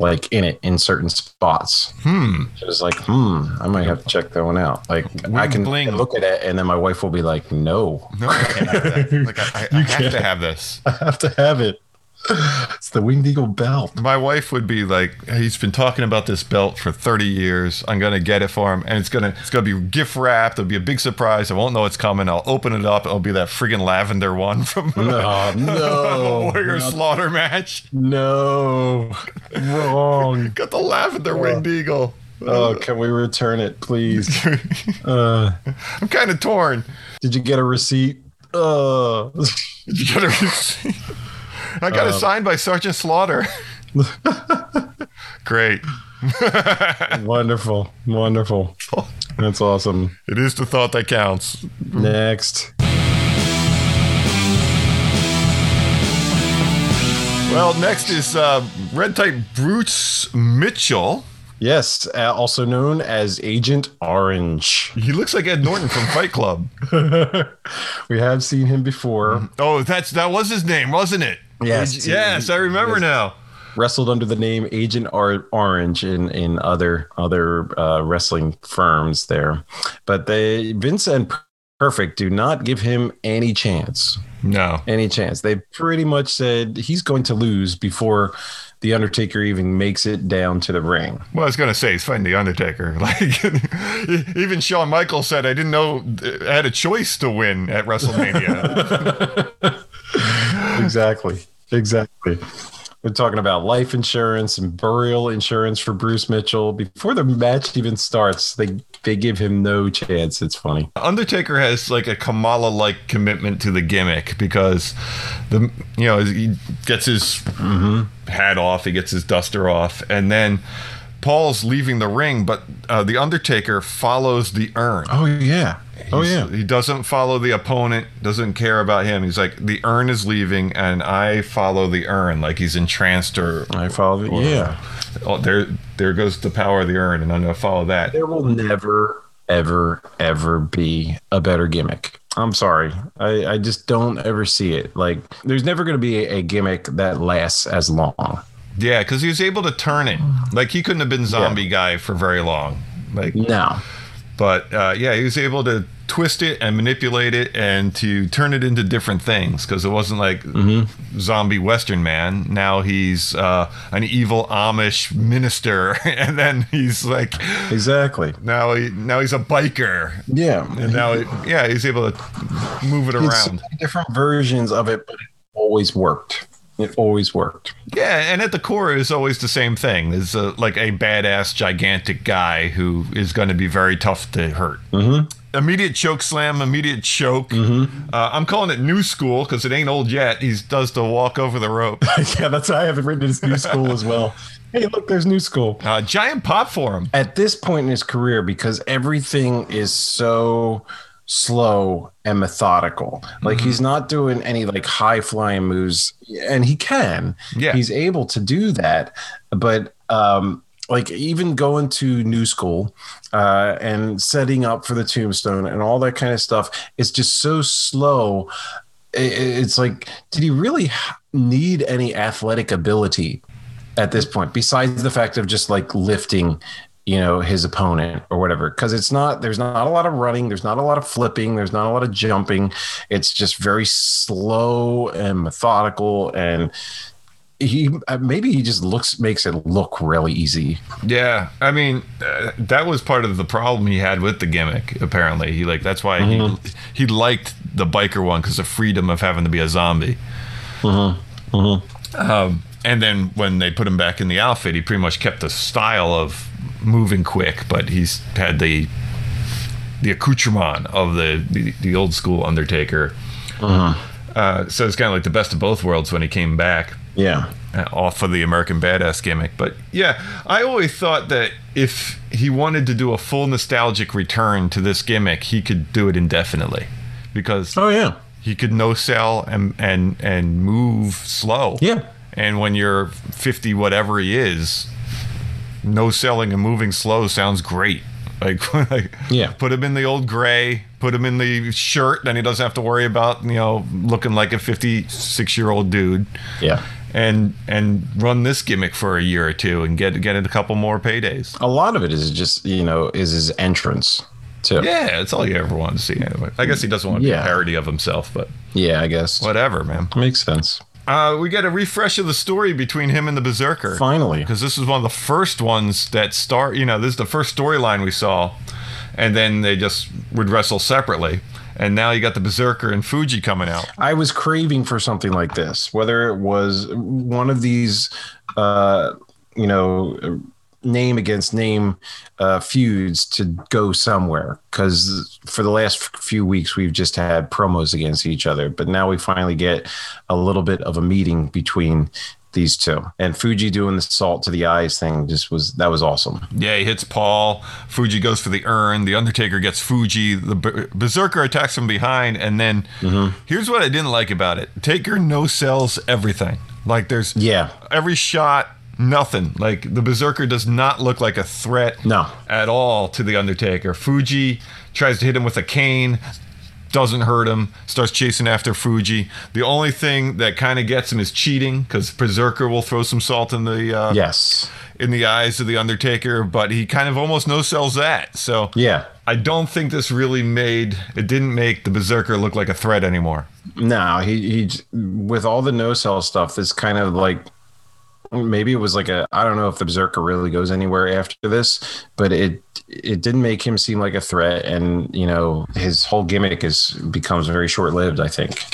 like in it in certain spots. Hmm. So it's like, hmm, I might have to check that one out. Like I can bling. look at it, and then my wife will be like, "No, No, I can't have that. Like I, I, I have to have this. I have to have it." It's the winged eagle belt. My wife would be like, "He's been talking about this belt for 30 years. I'm gonna get it for him, and it's gonna it's gonna be gift wrapped. It'll be a big surprise. I won't know it's coming. I'll open it up. It'll be that friggin' lavender one from No, Oh, no, Warrior Slaughter match. no, wrong. Got the lavender winged eagle. Oh, can we return it, please? uh, I'm kind of torn. did you get a receipt? Uh, You gotta re- I got Um, it signed by Sergeant Slaughter. Great. wonderful, wonderful. That's awesome. It is the thought that counts. Next, Well, next is uh, red type Bruce Mitchell. yes, uh, also known as Agent Orange. He looks like Ed Norton from Fight Club. We have seen him before. Oh, that's that was his name, wasn't it? Yes. Yes, I remember now. Wrestled under the name Agent Or- Orange in in other other uh, wrestling firms there, but they Vince and Perfect do not give him any chance. No. any chance. They pretty much said he's going to lose before the Undertaker even makes it down to the ring. Well, I was gonna say he's fighting the Undertaker. Like e-, even Shawn Michaels said, I didn't know I had a choice to win at WrestleMania. Exactly. Exactly. We're talking about life insurance and burial insurance for Bruce Mitchell. Before the match even starts, they they give him no chance. It's funny. Undertaker has like a Kamala like commitment to the gimmick because the you know he gets his hat off, he gets his duster off, and then Paul's leaving the ring, but uh, the Undertaker follows the urn. Oh yeah. Oh yeah. He doesn't follow the opponent, doesn't care about him. He's like the urn is leaving, and I follow the urn, like he's entranced or I follow. it. Yeah. oh, there there goes the power of the urn, and I'm gonna follow that. There will never, ever, ever be a better gimmick. I'm sorry. I, I just don't ever see it. Like, there's never going to be a gimmick that lasts as long. Yeah, because he was able to turn it. Like he couldn't have been zombie guy for very long. Like, No. but uh, yeah, he was able to twist it and manipulate it and to turn it into different things because it wasn't like zombie Western man. Now he's uh, an evil Amish minister, and then he's like Exactly. now he now he's a biker, Yeah. and now he, yeah he's able to move it It's so around. many different versions of it, but it always worked. It always worked. Yeah, and at the core is always the same thing. There's a, like a badass, gigantic guy who is going to be very tough to hurt. Mm-hmm. Immediate choke slam, immediate choke. Uh, I'm calling it new school because it ain't old yet. He does the walk over the rope. yeah, that's why I have it written as new school as well. Hey, look, there's new school. Uh, giant pop for him. At this point in his career, because everything is so slow and methodical, like he's not doing any like high flying moves, and he can. Yeah. He's able to do that. But um, like even going to new school uh, and setting up for the tombstone and all that kind of stuff is just so slow. I- I- It's like, did he really h- need any athletic ability at this point besides the fact of just like lifting? You know, his opponent or whatever. Cause it's not, there's not a lot of running. There's not a lot of flipping. There's not a lot of jumping. It's just very slow and methodical and he uh, maybe he just looks makes it look really easy. Yeah, I mean, uh, that was part of the problem he had with the gimmick. Apparently, he like that's why he he liked the biker one because the freedom of having to be a zombie. Um, and then when they put him back in the outfit, he pretty much kept the style of moving quick, but he's had the the accoutrement of the the, the old school Undertaker. Uh, so it's kind of like the best of both worlds when he came back Yeah. uh, off of the American Badass gimmick. But yeah, I always thought that if he wanted to do a full nostalgic return to this gimmick, he could do it indefinitely because Oh yeah. he could no sell and and and move slow. Yeah. And when you're 50 whatever he is, no selling and moving slow sounds great. Like, like Yeah. put him in the old gray, put him in the shirt, then he doesn't have to worry about, you know, looking like a 56-year-old dude Yeah. and and run this gimmick for a year or two and get get it a couple more paydays. A lot of it is just you know is his entrance too. Yeah, it's all you ever want to see anyway. I guess he doesn't want to be Yeah. a parody of himself, but Yeah, I guess whatever, man. makes sense. Uh, we get a refresh of the story between him and the Berserker. Finally. Because this is one of the first ones that start, you know, this is the first storyline we saw. And then they just would wrestle separately. And now you got the Berserker and Fuji coming out. I was craving for something like this, whether it was one of these, uh, you know, name against name uh, feuds to go somewhere. Because for the last few weeks, we've just had promos against each other, but now we finally get a little bit of a meeting between these two. And Fuji doing the salt to the eyes thing just was that was awesome. Yeah, he hits Paul. Fuji goes for the urn. The Undertaker gets Fuji. The Ber- Berserker attacks from behind. And then Mm-hmm. here's what I didn't like about it Taker no sells everything. Like there's Yeah, every shot, nothing. Like the Berserker does not look like a threat No. at all to the Undertaker. Fuji tries to hit him with a cane. Doesn't hurt him. Starts chasing after Fuji. The only thing that kind of gets him is cheating, because Berserker will throw some salt in the uh, yes, in the eyes of the Undertaker, but he kind of almost no sells that. So yeah. I don't think this really made it didn't make the Berserker look like a threat anymore. No, he he j- with all the no sell stuff. This kind of like maybe it was like a I don't know if the berserker really goes anywhere after this, but it it didn't make him seem like a threat, and you know his whole gimmick is becomes very short lived. I think.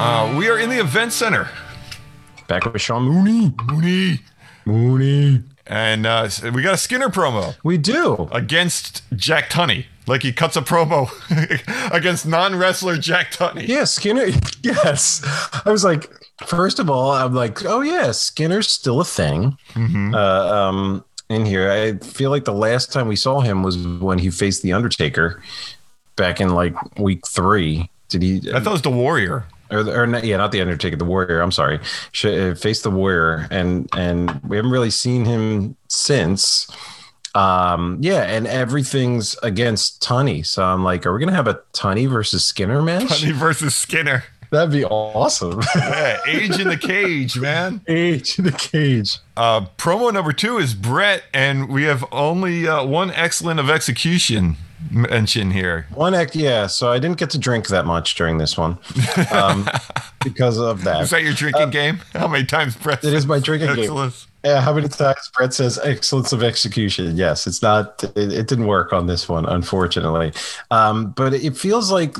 Uh, we are in the event center. Back with Sean Mooney. Mooney. Mooney. And uh, we got a Skinner promo We do. against Jack Tunney. Like he cuts a promo against non wrestler Jack Tunney. Yeah, Skinner. Yes. I was like, first of all, I'm like, oh, yeah, Skinner's still a thing uh, um, in here. I feel like the last time we saw him was when he faced The Undertaker back in like week three. Did he? I thought it was the Warrior. or, or not, yeah, not the Undertaker, the Warrior. I'm sorry, Sh- uh, face the Warrior, and and we haven't really seen him since. Um, yeah, and everything's against Tunney, so I'm like, are we gonna have a Tunney versus Skinner match? Tunney versus Skinner. That'd be awesome. Yeah, age in the cage, man. Age in the cage. Uh, promo number two is Brett, and we have only uh, one excellent of execution mention here. One act, yeah. So I didn't get to drink that much during this one um, because of that. Is that your drinking game? How many times Brett? Uh, it is my drinking game. excellent? Yeah, how many times Brett says excellence of execution? Yes, it's not. It, it didn't work on this one, unfortunately. Um, but it feels like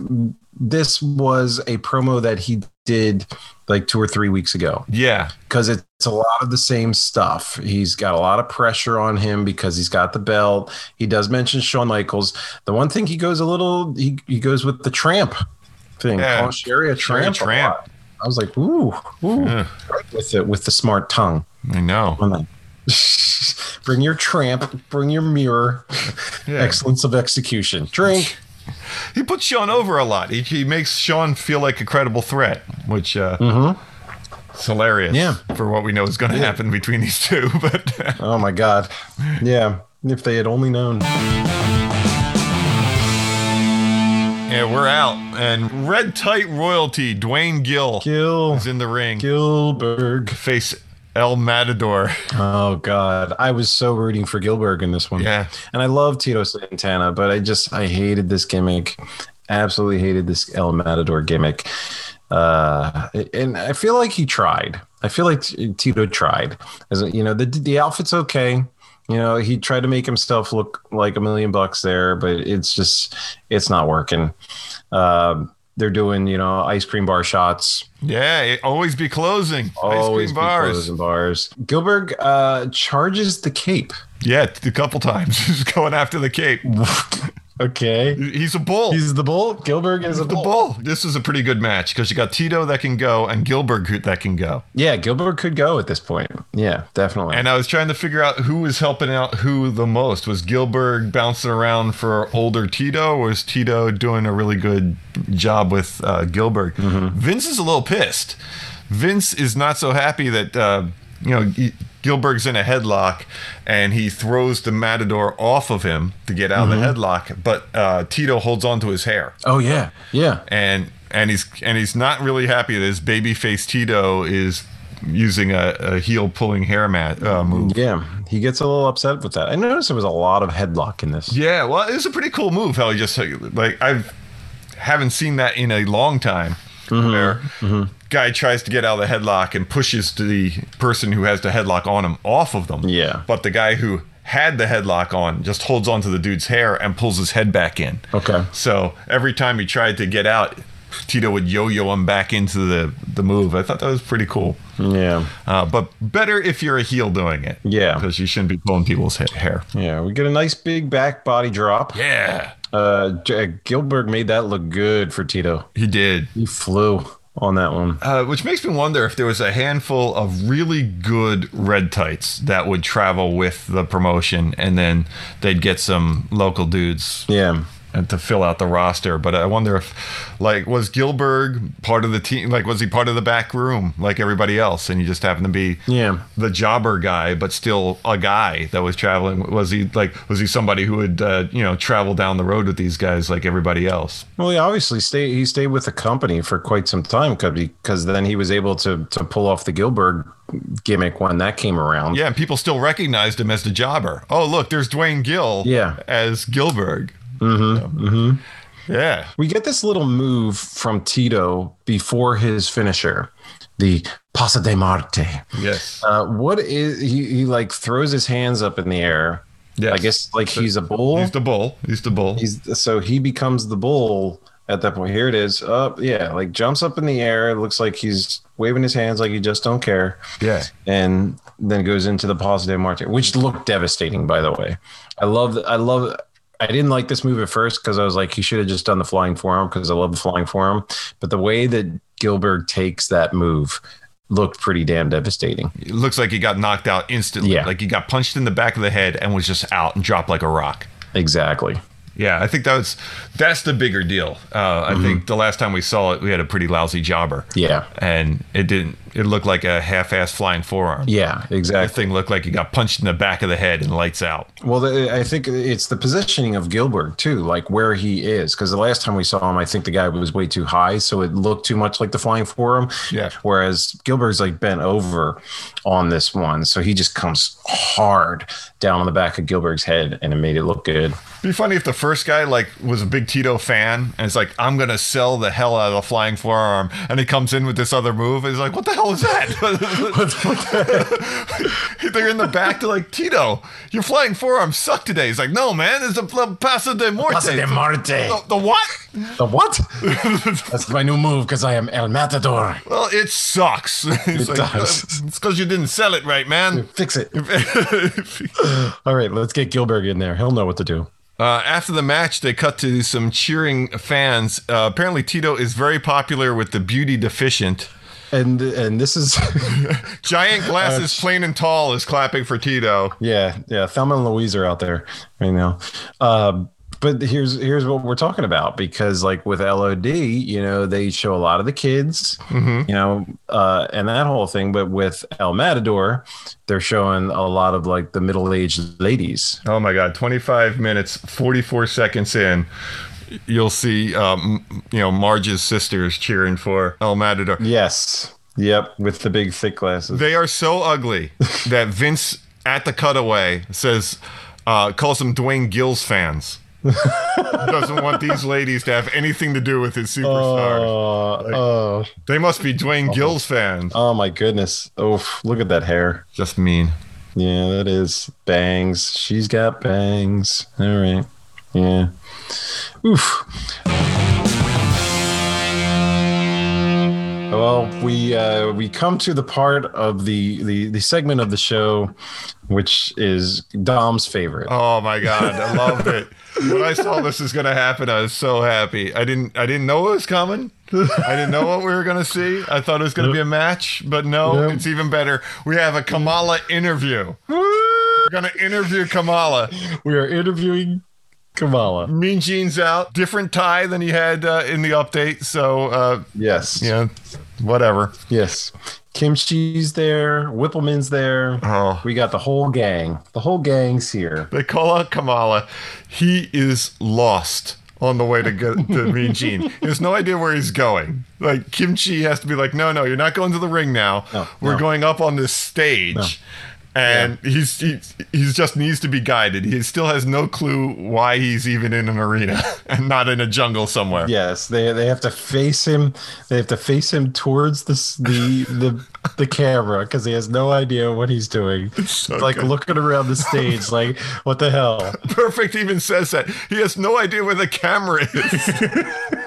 this was a promo that he did like two or three weeks ago Yeah. because it's a lot of the same stuff. He's got a lot of pressure on him because he's got the belt. He does mention Shawn Michaels. The one thing he goes a little, he, he goes with the tramp thing. Yeah. Call Sherry a tramp. a tramp. lot. I was like, ooh, ooh, Yeah. Right with it with the smart tongue. I know. I'm like, bring your tramp, bring your mirror. Yeah. Excellence of execution. Drink. He puts Sean over a lot. He, he makes Sean feel like a credible threat, which uh, it's hilarious. Mm-hmm. Yeah. For what we know is going to happen between these two, but Oh my god. Yeah. If they had only known. yeah, we're out. And red tight royalty, Dwayne Gill Gil is in the ring. Gilberg. Face El Matador. Oh God, I was so rooting for Gilbert in this one. Yeah. and I love Tito Santana, but I just I hated this gimmick. Absolutely hated this El Matador gimmick. Uh, and I feel like he tried. I feel like Tito tried. As you know, the the outfit's okay. You know, he tried to make himself look like a million bucks there, but it's just it's not working. Um, they're doing you know ice cream bar shots Yeah, it- always be closing. always Ice cream be bars. closing bars gilbert uh charges the cape Yeah, t- a couple times. He's going after the cape. okay. He's a bull. He's the bull. Gilbert is a the bull. bull. This is a pretty good match because you got Tito that can go and Gilbert who- that can go. Yeah, Gilbert could go at this point. Yeah, definitely. And I was trying to figure out who was helping out who the most. Was Gilbert bouncing around for older Tito? Or was Tito doing a really good job with uh, Gilbert? Vince is a little pissed. Vince is not so happy that, uh, you know, G- Gilbert's in a headlock and he throws the matador off of him to get out of the headlock, but uh, Tito holds on to his hair oh yeah, yeah. and and he's and he's not really happy that his babyface Tito is using a, a heel pulling hair mat uh, move. Yeah, he gets a little upset with that. I noticed there was a lot of headlock in this. Yeah, well, it's a pretty cool move. How he just like I've haven't seen that in a long time. Mm-hmm, Where guy tries to get out of the headlock and pushes the person who has the headlock on him off of them. Yeah. but the guy who had the headlock on just holds onto the dude's hair and pulls his head back in. Okay. So every time he tried to get out, Tito would yo-yo him back into the the move. I thought that was pretty cool. Yeah. Uh, but better if you're a heel doing it. Yeah. because you shouldn't be pulling people's ha- hair. Yeah. We get a nice big back body drop. Yeah, Uh, J- Gilbert made that look good for Tito. he did. He flew on that one. Uh, which makes me wonder if there was a handful of really good red tights that would travel with the promotion, and then they'd get some local dudes Yeah. and to fill out the roster. But I wonder if, like, was Gilbert part of the team? Like, was he part of the back room like everybody else, and he just happened to be Yeah. the jobber guy, but still a guy that was traveling? Was he like, was he somebody who would, uh, you know, travel down the road with these guys like everybody else? Well, he obviously stayed. He stayed with the company for quite some time because then he was able to to pull off the Gilbert gimmick when that came around. Yeah, and people still recognized him as the jobber. Oh, look, there's Dwayne Gill Yeah. as Gilberg. Mm-hmm, mm-hmm. Yeah. We get this little move from Tito before his finisher, the Pasa de Marte. Yes. Uh, what is he, he like throws his hands up in the air? Yes. I guess like he's a bull. He's the bull. He's the bull. He's so he becomes the bull at that point. Here it is. Uh, yeah, like jumps up in the air. It looks like he's waving his hands like he just don't care. yeah. and then goes into the positive margin, which looked devastating, by the way. I love, I love, I didn't like this move at first because I was like, he should have just done the flying forearm because I love the flying forearm. But the way that Gilbert takes that move looked pretty damn devastating. It looks like he got knocked out instantly. Yeah. Like he got punched in the back of the head and was just out and dropped like a rock. Exactly. Yeah, I think that's that's the bigger deal. Uh, I think the last time we saw it, we had a pretty lousy jobber. Mm-hmm. Yeah. And it didn't. It looked like a half-ass flying forearm. Yeah, That exactly. thing looked like he got punched in the back of the head and lights out. Well, the, I think it's the positioning of Gilbert too, like where he is. Because the last time we saw him, I think the guy was way too high, so it looked too much like the flying forearm. Yeah. Whereas Gilbert's like bent over on this one, so he just comes hard down on the back of Gilbert's head, and it made it look good. Be funny if the first guy like was a big Tito fan and it's like I'm gonna sell the hell out of the flying forearm and he comes in with this other move and he's like what the hell hell was that? They're in the back. They're like, Tito, your flying forearm sucked today. He's like, no, man, it's a pl- Paso de Morte. Pasa de Marte. The, the what? The what? That's my new move because I am El Matador. Well, it sucks. He's It does. It's because you didn't sell it right, man. Fix it. All right, let's get Gilbert in there. He'll know what to do. Uh, after the match, they cut to some cheering fans. Uh, apparently, Tito is very popular with the beauty deficient. And and this is Giant glasses, plain and tall, is clapping for Tito. yeah yeah Thelma and Louise are out there right now. Um, but here's here's what we're talking about because like with LOD, you know they show a lot of the kids, you know, uh, and that whole thing. But with El Matador, they're showing a lot of like the middle aged ladies. Oh my God! Twenty-five minutes, forty-four seconds in, you'll see, um, you know, Marge's sisters cheering for El Matador. Yes. Yep, with the big thick glasses. They are so ugly that Vince at the cutaway says, uh, calls them Dwayne Gill's fans. Doesn't want these ladies to have anything to do with his superstars. Oh, oh, They must be Dwayne Gill's fans. oh my goodness. Oof, look at that hair. Just mean. Yeah, that is bangs. She's got bangs. All right. Yeah. Oof. Well, we uh, we come to the part of the, the the segment of the show, which is Dom's favorite. Oh my god, I loved it. When I saw this is gonna happen, I was so happy. I didn't I didn't know it was coming. I didn't know what we were gonna see. I thought it was gonna be a match, but no, Yep. it's even better. We have a Kamala interview. We're gonna interview Kamala. We are interviewing Kamala. Mean Gene's out, different tie than he had uh, in the update. So uh, Yes. you know, whatever. Yes. Kimchi's there. Whippleman's there. Oh. We got the whole gang. The whole gang's here. They call out Kamala. He is lost on the way to get to Mean Gene. He has no idea where he's going. Like Kimchi has to be like, no, no, you're not going to the ring now. No, We're no. going up on this stage. And he's, he's he's just needs to be guided. He still has no clue why he's even in an arena and not in a jungle somewhere. Yes, they they have to face him. They have to face him towards the s- the the, the camera because he has no idea what he's doing. so like good. looking around the stage, like what the hell? Perfect even says that. He has no idea where the camera is.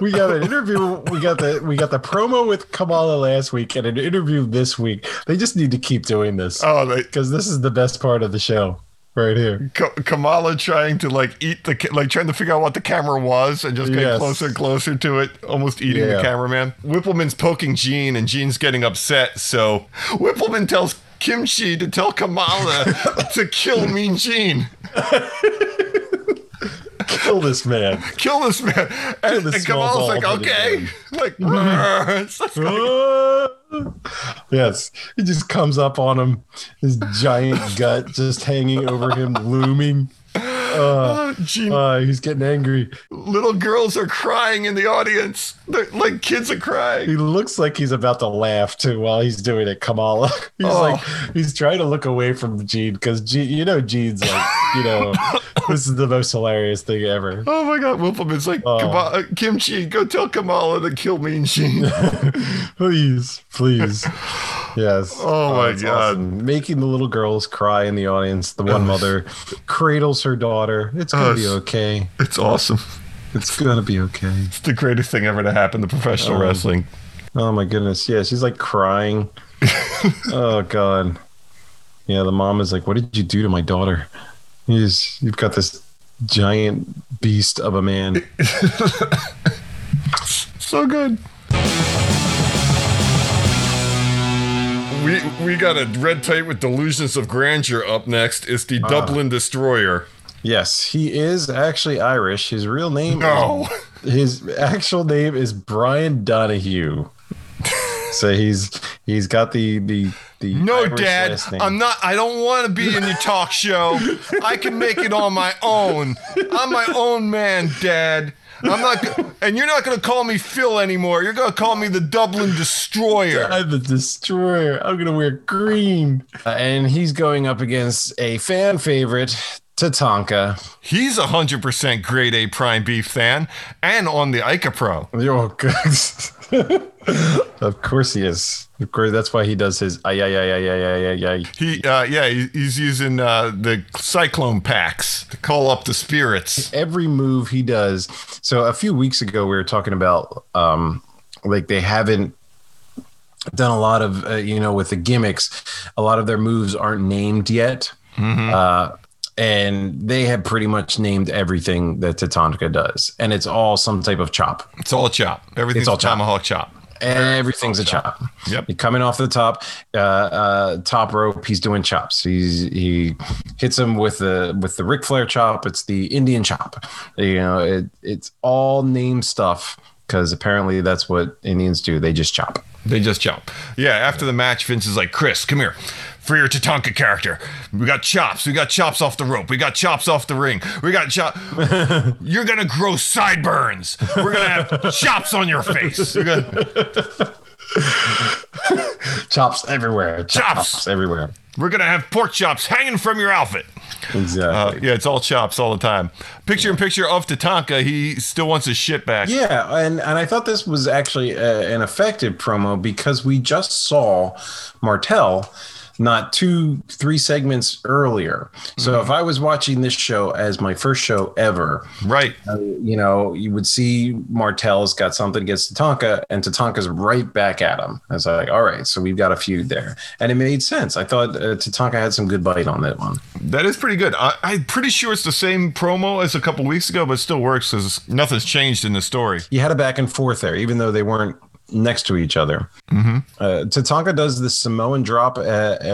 We got an interview. We got the we got the promo with Kamala last week and an interview this week. They just need to keep doing this oh, they, because this is the best part of the show right here. Ka- Kamala trying to like eat the ca- like trying to figure out what the camera was and just getting Yes. closer and closer to it, almost eating the Yeah. cameraman. Whippleman's poking Gene, and Gene's getting upset. So Whippleman tells Kimchi to tell Kamala to kill Mean Gene, Kill this man. kill this man. And, this and small Kamala's like, bald okay, like, Uh-huh. "Brr." It's just like, yes, he just comes up on him, his giant gut just hanging over him, looming. "Oh, Gene, Uh, he's getting angry. little girls are crying in the audience. They're, like kids are crying. He looks like he's about to laugh too while he's doing it. Kamala, he's Oh. like he's trying to look away from Gene because Gene, you know, Gene's like, you know, this is the most hilarious thing ever. Oh my God, Whippleman's like, Oh. Kamala, Kimchi, go tell Kamala to kill Mean Gene. please, please, yes. Oh my it's God. awesome. Making the little girls cry in the audience. The one mother cradles her daughter. It's gonna Oh, be it's- okay. It's awesome. It's gonna be okay. It's the greatest thing ever to happen to professional Um, wrestling. Oh my goodness. Yeah, she's like crying. oh god. Yeah, the mom is like, "What did you do to my daughter?" He's, you've got this giant beast of a man. So good. We we got a red tape with delusions of grandeur up next. It's the Dublin Destroyer. Yes, he is actually Irish. His real name No. his actual name is Brian Donahue. so he's he's got the the the No, Irish Dad, last name. I'm not. I don't want to be in your talk show. I can make it on my own. I'm my own man, Dad. I'm not, go- and you're not going to call me Phil anymore. You're going to call me the Dublin Destroyer. I'm the destroyer. I'm gonna wear green. Uh, and he's going up against a fan favorite, Tatanka. He's a 100% grade A prime beef fan and on the Ica Pro. Oh, good. of course he is. Of course, that's why he does his ay ay ay ay ay ay ay. He, uh, yeah, he- he's using uh, the cyclone packs to call up the spirits. every move he does. So a few weeks ago, we were talking about um, like they haven't done a lot of uh, you know with the gimmicks. A lot of their moves aren't named yet, uh, and they have pretty much named everything that Tatanka does, and it's all some type of chop. It's all chop. Everything's It's all a chop. tomahawk chop. Everything's a chop. Yep. You're coming off the top, uh, uh, top rope. He's doing chops. He's he hits him with the with the Ric Flair chop. It's the Indian chop. You know, it, it's all name stuff because apparently that's what Indians do. They just chop. They just chop. Yeah, after the match, Vince is like, Chris, come here. For your Tatanka character, we got chops. We got chops off the rope. We got chops off the ring. We got chop. You're gonna grow sideburns. We're gonna have chops on your face. You're gonna- Chops everywhere. Chops, Chops. everywhere. we're gonna have pork chops hanging from your outfit. Exactly. Uh, yeah, it's all chops all the time. Picture in picture of Tatanka. He still wants his shit back. Yeah, and and I thought this was actually a, an effective promo because we just saw Martel not two three segments earlier. So if I was watching this show as my first show ever, Right. uh, you know, you would see Martel's got something against Tatanka, and Tatanka's right back at him. I was like, all right, so we've got a feud there, and it made sense. I thought uh, Tatanka had some good bite on that one. That is pretty good. I, I'm pretty sure it's the same promo as a couple weeks ago, but it still works because nothing's changed in the story. you had a back and forth there, even though they weren't next to each other. Mm-hmm. Uh, Tatanka does the Samoan drop, uh,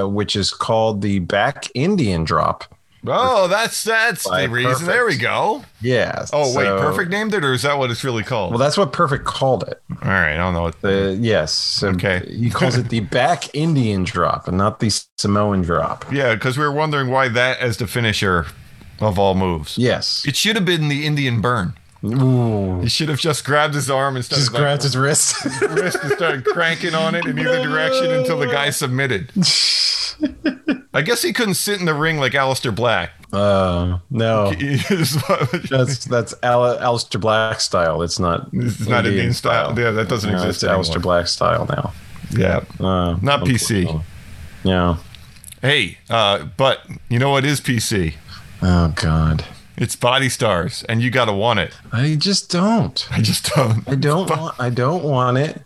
uh, which is called the back Indian drop. Oh, that's that's the Like, reason. There we perfect. go. Yeah. Oh wait, so- perfect named it, or is that what it's really called? Well, that's what Perfect called it. All right, I don't know. What Uh, yes. So Okay. He calls it the back Indian drop and not the Samoan drop. yeah, because we were wondering why that as the finisher of all moves. Yes. It should have been the Indian burn. Ooh. He should have just grabbed his arm and started, Just grabs his wrist. like, wrist and started cranking on it in either direction until the guy submitted. I guess he couldn't sit in the ring like Aleister Black. uh, no. He- he's- That's that's Al- Alistair Black style. It's not. It's not Indian style. Yeah, that doesn't No, exist it's Alistair anymore. Black style now. Yeah. Uh, Not PC. Yeah. Hey, uh, but you know what is PC? Oh God. It's Body Stars, and you gotta want it. I just don't. I just don't. I don't want. I don't want it.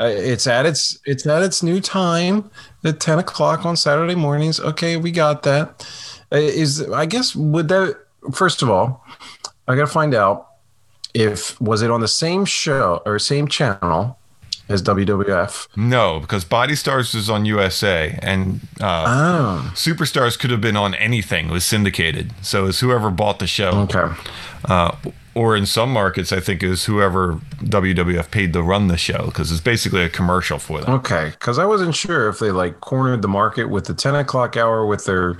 Uh, It's at its. It's at its new time at ten o'clock on Saturday mornings. Okay, we got that. Uh, Is I guess would that first of all, I gotta find out if was it on the same show or same channel as WWF. No, because Body Stars was on USA, and uh, Oh, Superstars could have been on anything. It was syndicated, so it's whoever bought the show, okay. uh, or in some markets, I think it was whoever WWF paid to run the show, because it's basically a commercial for them. Okay, because I wasn't sure if they like cornered the market with the ten o'clock hour with their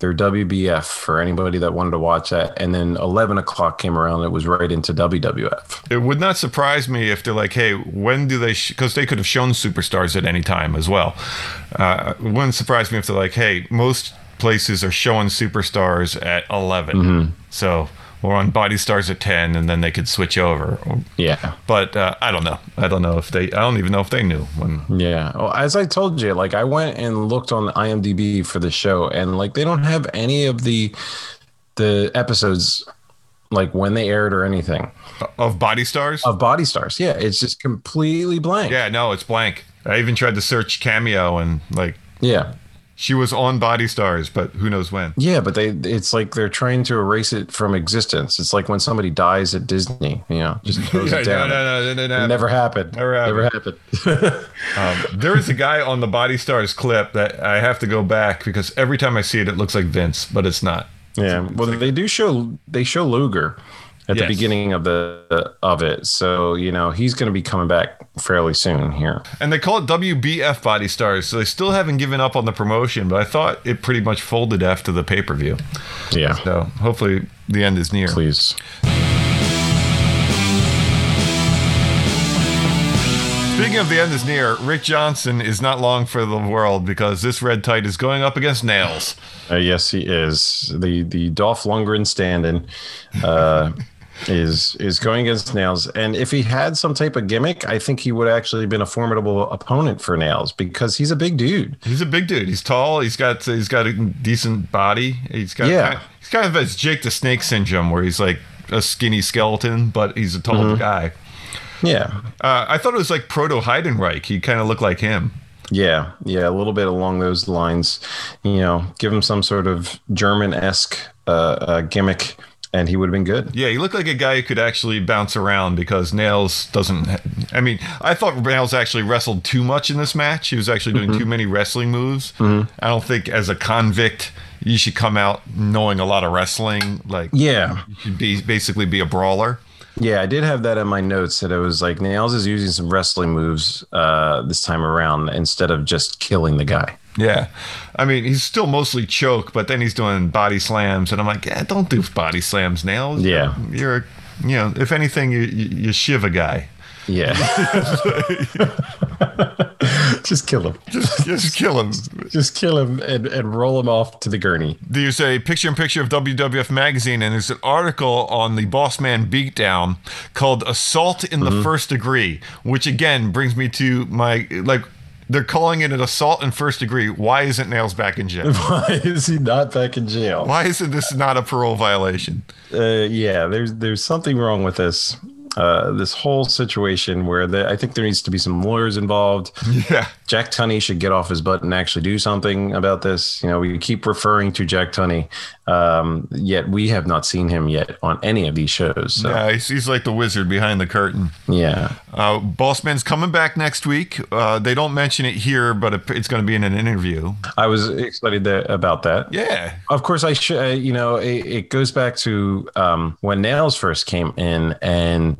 their WBF for anybody that wanted to watch that, and then eleven o'clock came around. It was right into WWF. It would not surprise me if they're like, "Hey, when do they?" Because they could have shown Superstars at any time as well. Uh, it wouldn't surprise me if they're like, "Hey, most places are showing Superstars at 11 so we're on Body Stars at ten, and then they could switch over." Or- Yeah, But uh, I don't know. I don't know if they. I don't even know if they knew when. yeah. Well, as I told you, like I went and looked on IMDb for the show, and like they don't have any of the the episodes like when they aired or anything of Body Stars. of Body Stars. Yeah, it's just completely blank. yeah, no, it's blank. I even tried to search cameo and like yeah. she was on Body Stars, but who knows when. Yeah, but they it's like they're trying to erase it from existence. It's like when somebody dies at Disney, you know, just throws Yeah, it down. no, no, no, It no, no. never happened. Never happened. Never happened. There is a guy on the Body Stars clip that I have to go back because every time I see it, it looks like Vince, but it's not. yeah. Well, they do show they show Luger at Yes. the beginning of the of it. So, you know, he's going to be coming back fairly soon here. And they call it WBF Body Stars, so they still haven't given up on the promotion, but I thought it pretty much folded after the pay per view. Yeah. So hopefully the end is near. Please. Speaking of the end is near, Rick Johnson is not long for the world because this red tight is going up against nails. Uh, yes, he is the the Dolph Lundgren stand-in. Uh, is is going against Nails, and if he had some type of gimmick, I think he would actually been a formidable opponent for Nails because he's a big dude. He's a big dude. He's tall. He's got he's got a decent body. He's got Yeah. Kind of, he's kind of as Jake the Snake syndrome, where he's like a skinny skeleton, but he's a tall Mm-hmm. guy. Yeah, Uh, I thought it was like proto Heidenreich. He kind of looked like him. yeah, yeah. A little bit along those lines, you know. Give him some sort of German esque uh, uh, gimmick, and he would have been good. Yeah, he looked like a guy who could actually bounce around because Nails doesn't. ha- I mean, I thought Nails actually wrestled too much in this match. He was actually Mm-hmm. doing too many wrestling moves. I don't think as a convict you should come out knowing a lot of wrestling. Like, Yeah, you should be basically be a brawler. Yeah, I did have that in my notes that it was like Nails is using some wrestling moves uh, this time around instead of just killing the guy. Yeah, I mean, he's still mostly choke, but then he's doing body slams, and I'm like, eh, don't do body slams, Nails. Yeah. you're, a- you know, if anything, you you, you shiv a guy. Yeah. just kill him. Just, just kill him. Just kill him and, and roll him off to the gurney. there's a picture in picture of WWF magazine, and there's an article on the Boss Man beatdown called "Assault in the First Degree," which again brings me to my like. They're calling it an assault in first degree. Why isn't Nails back in jail? Why is he not back in jail? Why isn't this not a parole violation? Uh, yeah, there's there's something wrong with this. Uh, this whole situation where the, I think there needs to be some lawyers involved. Yeah. Jack Tunney should get off his butt and actually do something about this. You know, we keep referring to Jack Tunney, um, yet we have not seen him yet on any of these shows. So, Yeah, he's, he's like the wizard behind the curtain. yeah. Uh, Bossman's coming back next week. Uh, they don't mention it here, but it, it's going to be in an interview. I was excited that, about that. Yeah, Of course, I should. Uh, you know, it, it goes back to um, when Nails first came in, and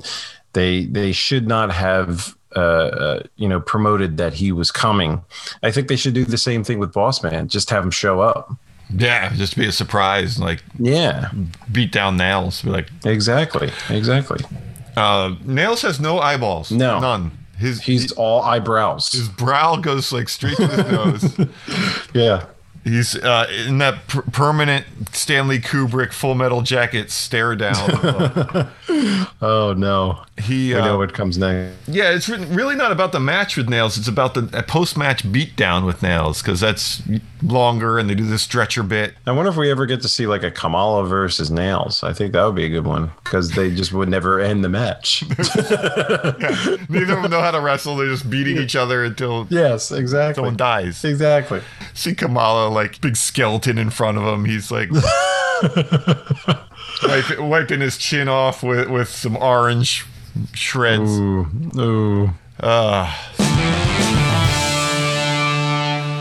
they they should not have. Uh, uh, you know, promoted that he was coming. I think they should do the same thing with Boss Man. Just have him show up. yeah, just be a surprise, like Yeah, beat down nails, be like, exactly, exactly. Uh, Nails has no eyeballs. No. None. His He's all eyebrows. his brow goes like straight to his nose. Yeah. He's uh, in that per- permanent Stanley Kubrick Full Metal Jacket stare down. Uh, Oh no. he We know uh, what comes next. yeah, it's re- really not about the match with Nails. It's about the post match beatdown with Nails because that's longer and they do the stretcher bit. I wonder if we ever get to see like a Kamala versus Nails. I think that would be a good one because they just would never end the match. Neither of them know how to wrestle. They're just beating each other until yes, exactly. someone dies. Exactly. see Kamala like big skeleton in front of him. He's like wipe, wiping his chin off with with some orange shreds. Ooh, ooh.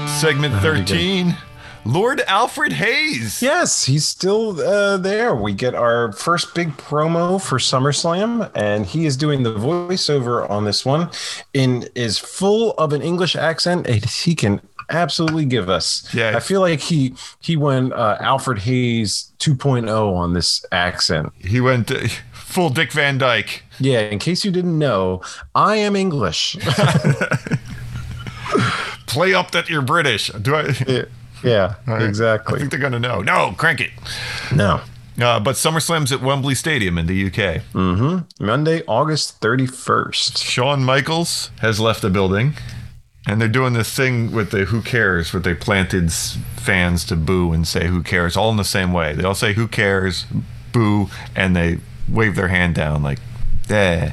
Segment thirteen. Lord Alfred Hayes. Yes, he's still uh, there. We get our first big promo for SummerSlam, and he is doing the voiceover on this one. In is full of an English accent, and he can absolutely give us. Yeah. I feel like he he went uh, Alfred Hayes 2.0 on this accent. He went uh, full Dick Van Dyke. Yeah, in case you didn't know, I am English. Play up that you're British. Do I? yeah, I exactly. think they're gonna know. No, crank it. No. Uh, but SummerSlam's at Wembley Stadium in the UK. Monday, August 31st. Shawn Michaels has left the building, and they're doing this thing with the "Who cares?" where they planted s- fans to boo and say "Who cares?" all in the same way. They all say "Who cares?" boo, and they wave their hand down like, "Eh."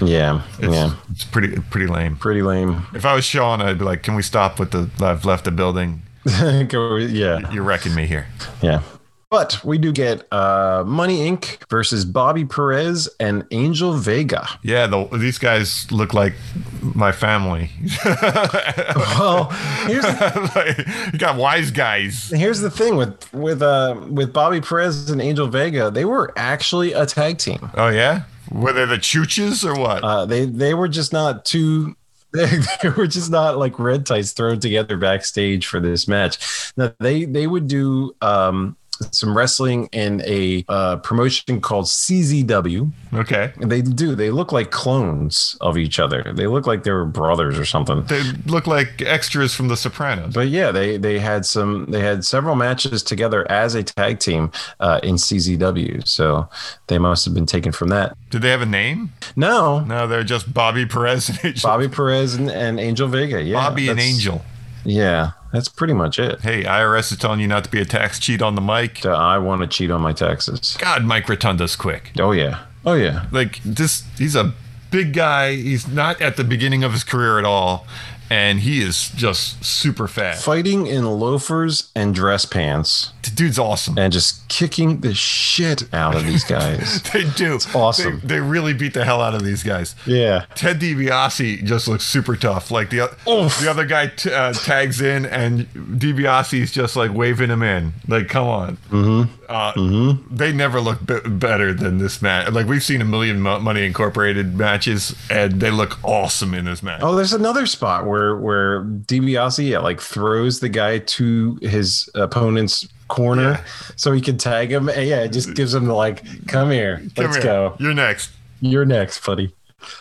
Yeah, It's, yeah. it's pretty pretty lame. Pretty lame. If I was Shawn, I'd be like, "Can we stop with the I've left the building? Go- yeah. You're wrecking me here." Yeah. But we do get uh, Money Inc. versus Bobby Perez and Angel Vega. Yeah, the, these guys look like my family. Well, here's the, like, you got wise guys. here's the thing with with uh, with Bobby Perez and Angel Vega, they were actually a tag team. Oh yeah, were they the chooches or what? Uh, they they were just not two. They, they were just not like red tights thrown together backstage for this match. Now they they would do um, some wrestling in a uh, promotion called CZW. Okay. They do. They look like clones of each other. They look like they were brothers or something. They look like extras from The Sopranos. But yeah, they they had some. They had several matches together as a tag team uh, in CZW. So they must have been taken from that. Did they have a name? No, No, they're just Bobby Perez and Angel. Bobby Perez and, and Angel Vega. Yeah, Bobby and that's- Angel. Yeah, that's pretty much it. Hey, IRS is telling you not to be a tax cheat on the mic. Uh, I want to cheat on my taxes. God, Mike Rotunda's quick. Oh yeah. Oh yeah. Like this, he's a big guy. He's not at the beginning of his career at all, and he is just super fast. Fighting in loafers and dress pants The dude's awesome. and just kicking the shit out of these guys. They do. awesome. They, they really beat the hell out of these guys. yeah. Ted DiBiase just looks super tough. Like the o- Oof. the other guy t- uh, tags in, and DiBiase's just like waving him in. Like, come on. Mm-hmm. Uh, Mm-hmm. They never look b- better than this match. Like we've seen a million Mo- Money Incorporated matches, and they look awesome in this match. Oh, there's another spot where where DiBiase yeah, like throws the guy to his opponent's corner so he can tag him. And yeah, it just gives him the like, come here, Come let's here. go. You're next. You're next, buddy.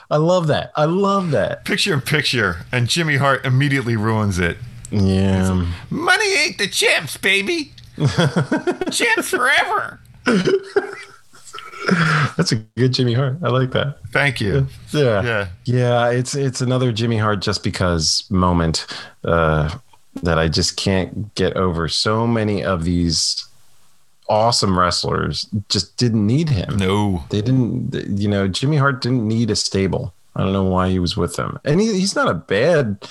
I love that. I love that. Picture in picture, and Jimmy Hart immediately ruins it. Yeah. Money ain't the champs, baby. champs forever. That's a good Jimmy Hart. I like that. Thank you. Yeah. Yeah. Yeah, it's it's another Jimmy Hart just because moment uh, that I just can't get over. So many of these awesome wrestlers just didn't need him. No. They didn't, you know, Jimmy Hart didn't need a stable. I don't know why he was with them, and he, he's not a bad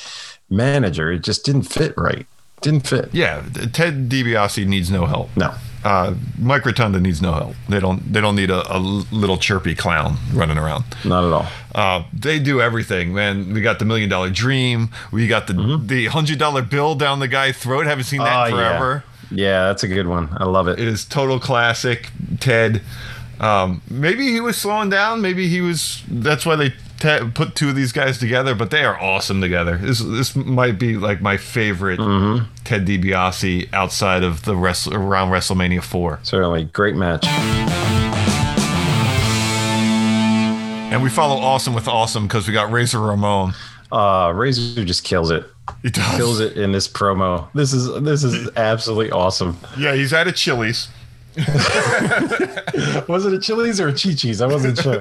manager. It just didn't fit right. Didn't fit. Yeah, Ted DiBiase needs no help. No. Uh, Mike Rotunda needs no help. They don't. They don't need a, a little chirpy clown running around. Not at all. Uh, they do everything, man. We got the million dollar dream. We got the the hundred dollar bill down the guy's throat. Haven't seen that Oh, in Mm-hmm. yeah. forever. Yeah, that's a good one. I love it. It is total classic Ted. Um, maybe he was slowing down. Maybe he was. That's why they te- put two of these guys together. But they are awesome together. This this might be like my favorite Mm-hmm. Ted DiBiase outside of the wrestle around WrestleMania four. Certainly, great match. And we follow awesome with awesome because we got Razor Ramon. Uh, Razor just kills it. He does. kills it in this promo. This is this is absolutely awesome. Yeah, he's at a Chili's. Was it a Chili's or a Chi-Chi's? I wasn't sure.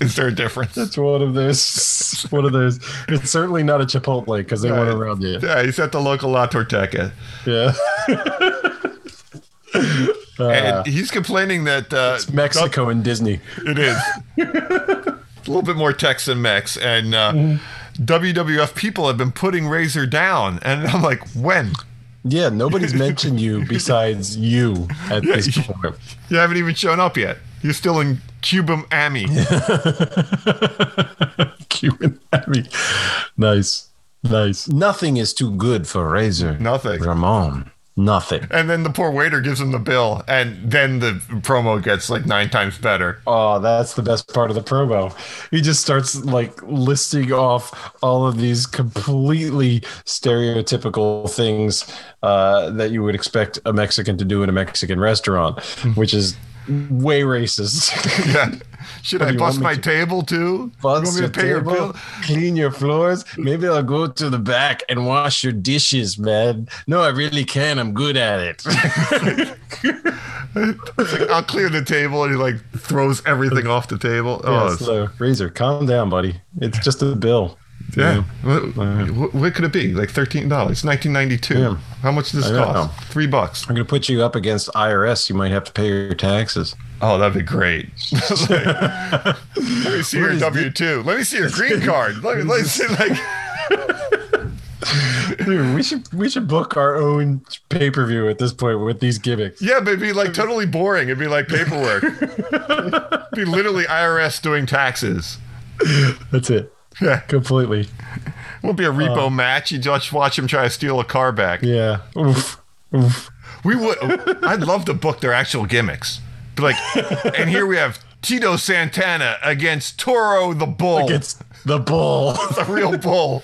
Is there a difference? It's one of those. One of those. It's certainly not a Chipotle because they went around you. Yeah, he's at the local La Torteca. Yeah. Uh, And he's complaining that uh, Mexico and Disney. It is. a little bit more Tex than Mex. And uh, WWF people have been putting Razor down. And I'm like, when? Yeah, nobody's mentioned you besides you at this you- point. You haven't even shown up yet. You're still in Cuba Ami. Cuban Abby. Nice. Nice. Nothing is too good for Razor. Nothing. Ramon. Nothing. and then the poor waiter gives him the bill. And then the promo gets like nine times better. Oh, that's the best part of the promo. He just starts like listing off all of these completely stereotypical things uh, that you would expect a Mexican to do in a Mexican restaurant, which is way racist. Yeah. Should I you want bust me my to- table too? Bust your you want me to pay your table, bill? clean your floors. Maybe I'll go to the back and wash your dishes, man. No, I really can. I'm good at it. It's like, I'll clear the table. And he like throws everything off the table. Oh, yeah, it's- so, Razor, calm down, buddy. It's just a bill. Yeah. What, what, what could it be? Like thirteen dollars, nineteen ninety Yeah. two. How much does this I know. cost? Three bucks. I'm going to put you up against IRS. You might have to pay your taxes. Oh, that'd be great. let me see What your is W two. Let me see your green card. Let me, let me see like. Dude, we should we should book our own pay per view at this point with these gimmicks. Yeah, but it'd be like totally boring. It'd be like paperwork. it'd be literally IRS doing taxes. That's it. Yeah. Completely. It won't be a repo match. You just watch him try to steal a car back. Yeah. Oof. Oof. We would. I'd love to book their actual gimmicks. Be like, and here we have Tito Santana against Toro the Bull. It's the bull. the real bull.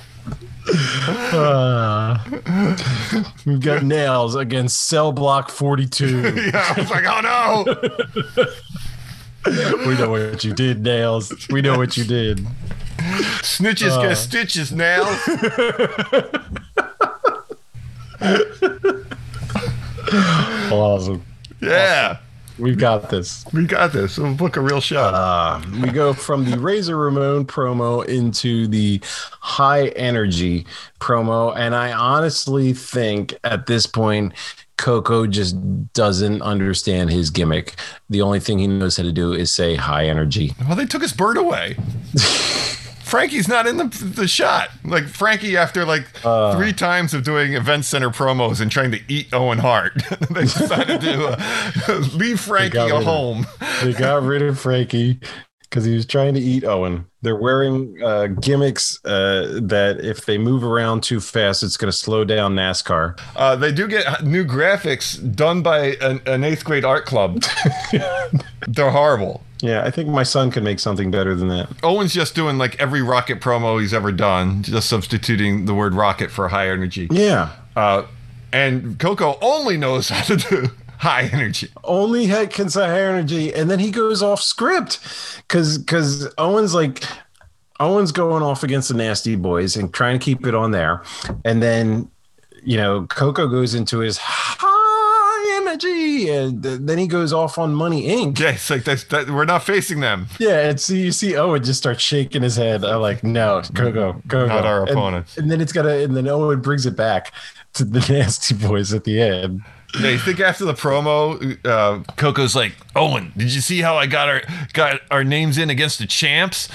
Uh, we've got nails against cell block 42. yeah, I was like, oh no. We know what you did, nails. We know what you did. Snitches Uh. get stitches now. Awesome. Yeah. We've got this. We got this. We'll book a real shot. Uh, we go from the Razor Ramon promo into the high energy promo. And I honestly think at this point, Coco just doesn't understand his gimmick. The only thing he knows how to do is say high energy. well, they took his bird away. Frankie's not in the, the shot. Like Frankie, after like Uh. three times of doing event center promos and trying to eat Owen Hart, they decided to uh, leave Frankie got rid a of- home. They got rid of Frankie because he was trying to eat Owen. They're wearing uh, gimmicks uh, that if they move around too fast, it's going to slow down NASCAR. Uh, they do get new graphics done by an, an eighth grade art club. They're horrible. Yeah, I think my son could make something better than that. Owen's just doing like every rocket promo he's ever done, just substituting the word rocket for high energy. Yeah. Uh, and Coco only knows how to do high energy. only had can say high energy and then he goes off script because because owen's like owen's going off against the nasty boys and trying to keep it on there and then you know coco goes into his high energy and th- then he goes off on money inc Yeah, it's like that's that we're not facing them, yeah and so you see owen just start shaking his head i'm like no coco coco not our And- opponents. and then it's got to and then owen brings it back to the nasty boys at the end Yeah, you think after the promo, uh, Coco's like, Owen, did you see how I got our got our names in against the champs?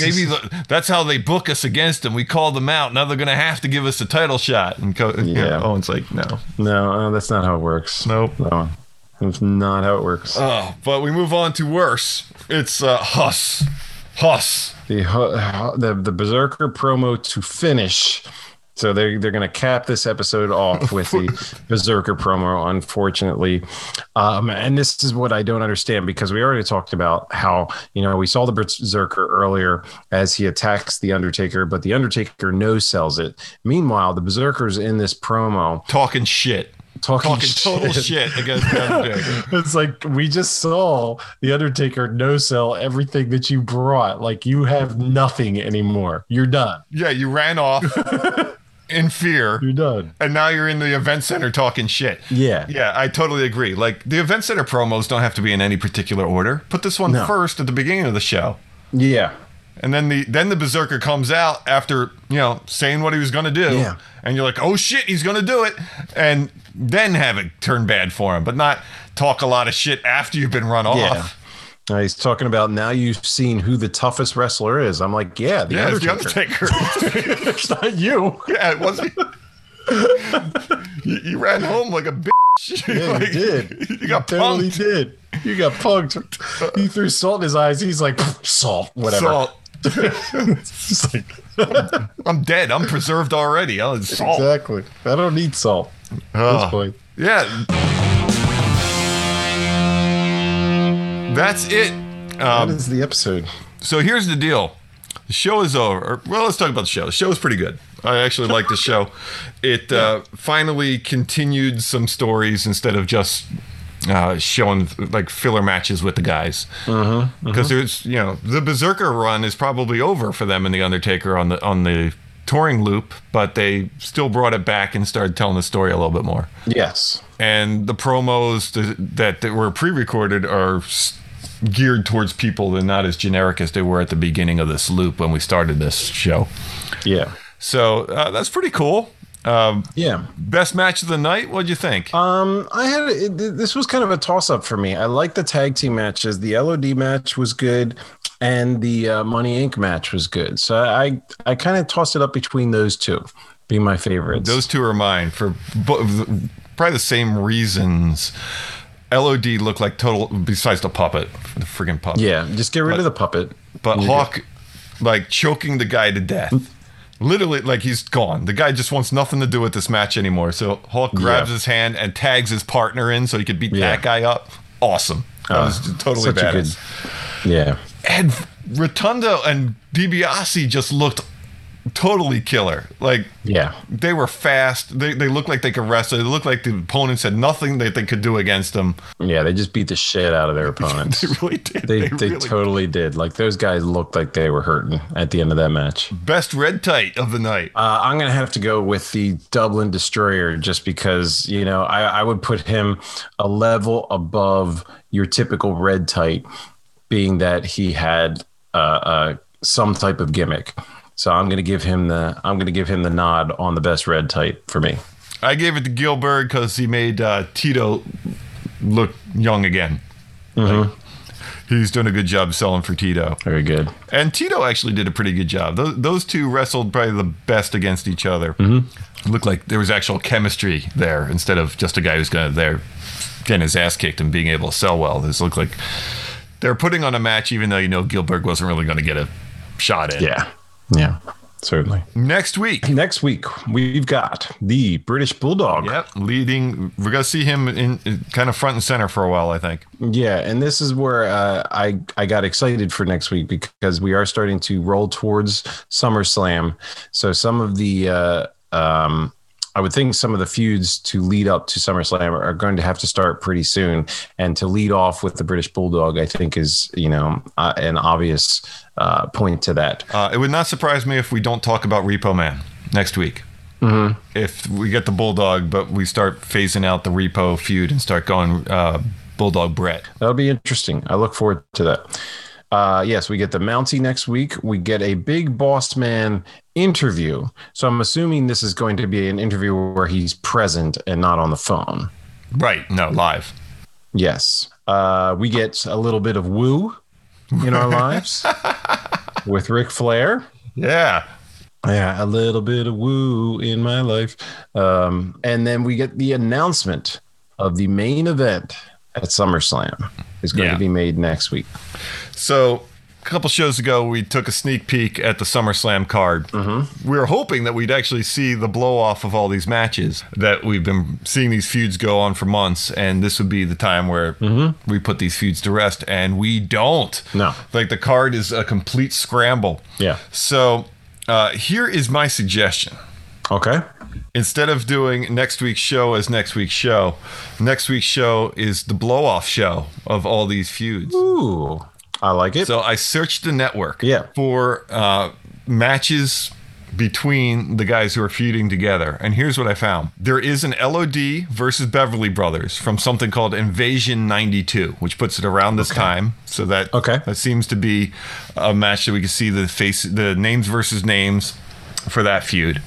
Maybe the, that's how they book us against them. We call them out. Now they're gonna have to give us a title shot. And Co- you know, Yeah. Owen's like, no, no uh, that's not how it works nope. No, that's not how it works. Oh, but we move on to worse. It's uh, Huss. Huss. the, hu- the the Berserker promo to finish. So they're they're gonna cap this episode off with the Berserker promo, unfortunately. Um, and this is what I don't understand because we already talked about how you know we saw the Berserker earlier as he attacks the Undertaker, but the Undertaker no sells it. Meanwhile, the Berserker's in this promo Talking shit. talking, Talking total shit against Undertaker. It's like we just saw the Undertaker no sell everything that you brought. Like you have nothing anymore. You're done. Yeah, you ran off in fear. You're done. and now you're in the event center talking shit. Yeah. Yeah, I totally agree. Like the event center promos don't have to be in any particular order. Put this one first No. at the beginning of the show. Yeah. And then the then the berserker comes out after, you know, saying what he was going to do. Yeah. And you're like, "Oh shit, he's going to do it." And then have it turn bad for him, but not talk a lot of shit after you've been run off. Yeah. Uh, he's talking about now you've seen who the toughest wrestler is. I'm like, yeah, the Yeah, it's Undertaker. the Undertaker. it's not you. Yeah, it wasn't. you, you ran home like a bitch. Yeah, you Like, did. You got totally punked. did. You got punked. He threw salt in his eyes. He's like, "Pfft, salt, whatever. Salt. It's just like, I'm dead. I'm preserved already. I'll salt. exactly. I don't need salt at Ugh. this point. Yeah. That's it. That Um, is the episode. so here's the deal. The show is over. Well, let's talk about the show. The show is pretty good. I actually like the show. It uh, finally continued some stories instead of just uh, showing like filler matches with the guys. Because there's, you know, the Berserker run is probably over for them and the Undertaker on the on the touring loop, but they still brought it back and started telling the story a little bit more Yes. and the promos th- that, that were pre-recorded are s- geared towards people they're not as generic as they were at the beginning of this loop when we started this show Yeah. so uh, that's pretty cool um, Yeah. best match of the night what'd you think Um, I had it, th- this was kind of a toss up for me. I like the tag team matches. The LOD match was good, and the uh, Money Inc. match was good. So I I kind of tossed it up between those two, being my favorites. those two are mine for bo- th- probably the same reasons lod looked like total besides the puppet the freaking puppet yeah, just get rid of the puppet. but Hawk, like choking the guy to death. Literally, like he's gone. The guy just wants nothing to do with this match anymore. So Hawk grabs Yeah. his hand and tags his partner in so he could beat Yeah. that guy up. Awesome. That Uh, was totally such a good- badass. Yeah, And Rotundo and DiBiase just looked totally killer. Like Yeah. they were fast. They they looked like they could wrestle. They looked like the opponents had nothing that they could do against them. Yeah. They just beat the shit out of their opponents. They really did. They, they, really- totally did. Like those guys looked like they were hurting at the end of that match. best red tight of the night. Uh, I'm gonna have to go with the Dublin Destroyer just because you know I, I would put him a level above your typical red tight, being that he had uh, uh, some type of gimmick. So I'm gonna give him the I'm gonna give him the nod on the best red tight for me. I gave it to Gilbert because he made uh, Tito look young again. Like, he's doing a good job selling for Tito. Very good. And Tito actually did a pretty good job. Those, those two wrestled probably the best against each other. Looked like there was actual chemistry there instead of just a guy who's going to there getting his ass kicked and being able to sell well. This looked like they're putting on a match, even though you know Gilbert wasn't really going to get a shot in. Yeah. Yeah. Certainly. Next week, Next week we've got the British Bulldog. Yep, leading. We're gonna see him in, in kind of front and center for a while, I think. Yeah, and this is where uh, I I got excited for next week because we are starting to roll towards SummerSlam. So some of the uh, um, I would think some of the feuds to lead up to SummerSlam are going to have to start pretty soon. And to lead off with the British Bulldog, I think is you know uh, an obvious uh, point to that. Uh, it would not surprise me if we don't talk about Repo Man next week. Mm-hmm. If we get the Bulldog, but we start phasing out the Repo feud and start going uh, Bulldog Brett. That'll be interesting. I look forward to that. Uh, yes, we get the Mountie next week. We get a big boss man interview. So I'm assuming this is going to be an interview where he's present and not on the phone. Right? No, live. Yes. Uh, we get a little bit of woo in our lives with Ric Flair. Yeah. Yeah, a little bit of woo in my life. Um, and then we get the announcement of the main event at SummerSlam is going Yeah. to be made next week. So. A couple shows ago, we took a sneak peek at the SummerSlam card. Mm-hmm. We were hoping that we'd actually see the blow off of all these matches that we've been seeing these feuds go on for months, and this would be the time where we put these feuds to rest, and we don't. Mm-hmm. No. Like the card is a complete scramble. Yeah. So uh, here is my suggestion Okay. instead of doing next week's show as next week's show, next week's show is the blow off show of all these feuds. Ooh, I like it. So I searched the network Yeah. for uh, matches between the guys who are feuding together. And here's what I found there is an LOD versus Beverly Brothers from something called Invasion 92, which puts it around this time. So that, Okay. that seems to be a match that we can see the face, the names versus names for that feud.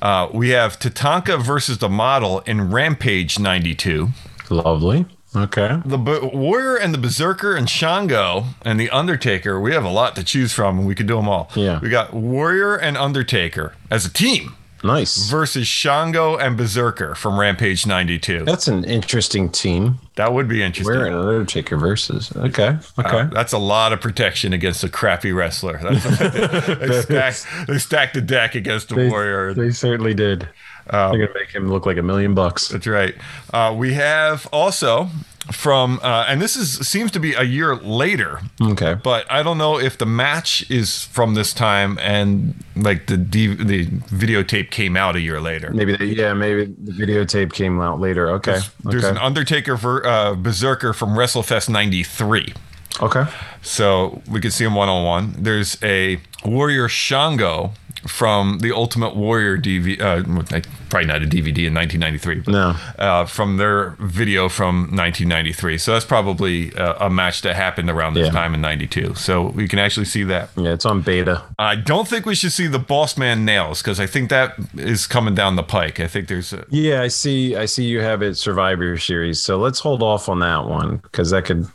Uh, we have Tatanka versus the model in Rampage 92 Lovely. Okay. the B- Warrior and the Berserker and Shango and the Undertaker. We have a lot to choose from, and we could do them all. Yeah. we got Warrior and Undertaker as a team Nice. versus Shango and Berserker from Rampage '92. That's an interesting team. That would be interesting. We're an Undertaker versus. Okay. Okay. Uh, that's a lot of protection against a crappy wrestler. That's what they, did. they, stacked, they stacked the deck against the Warrior. They Um, certainly did. They're gonna make him look like a million bucks. That's right. Uh, we have also from, uh, and this is seems to be a year later. Okay. but I don't know if the match is from this time and like the D- the videotape came out a year later. Maybe. They, yeah. Maybe the videotape came out later. Okay. There's an okay. Undertaker ver- uh, Berserker from WrestleFest '93, okay. so we can see him one on one. There's a Warrior Shango from the Ultimate Warrior DVD, uh, like, probably not a DVD in 1993, but No. uh, from their video from 1993. So that's probably uh, a match that happened around this Yeah. time in '92. So we can actually see that. Yeah. It's on beta. I don't think we should see the boss man nails because I think that is coming down the pike. I think there's a, Yeah. I see. I see. You have it. Survivor Series. So let's hold off on that one because that could.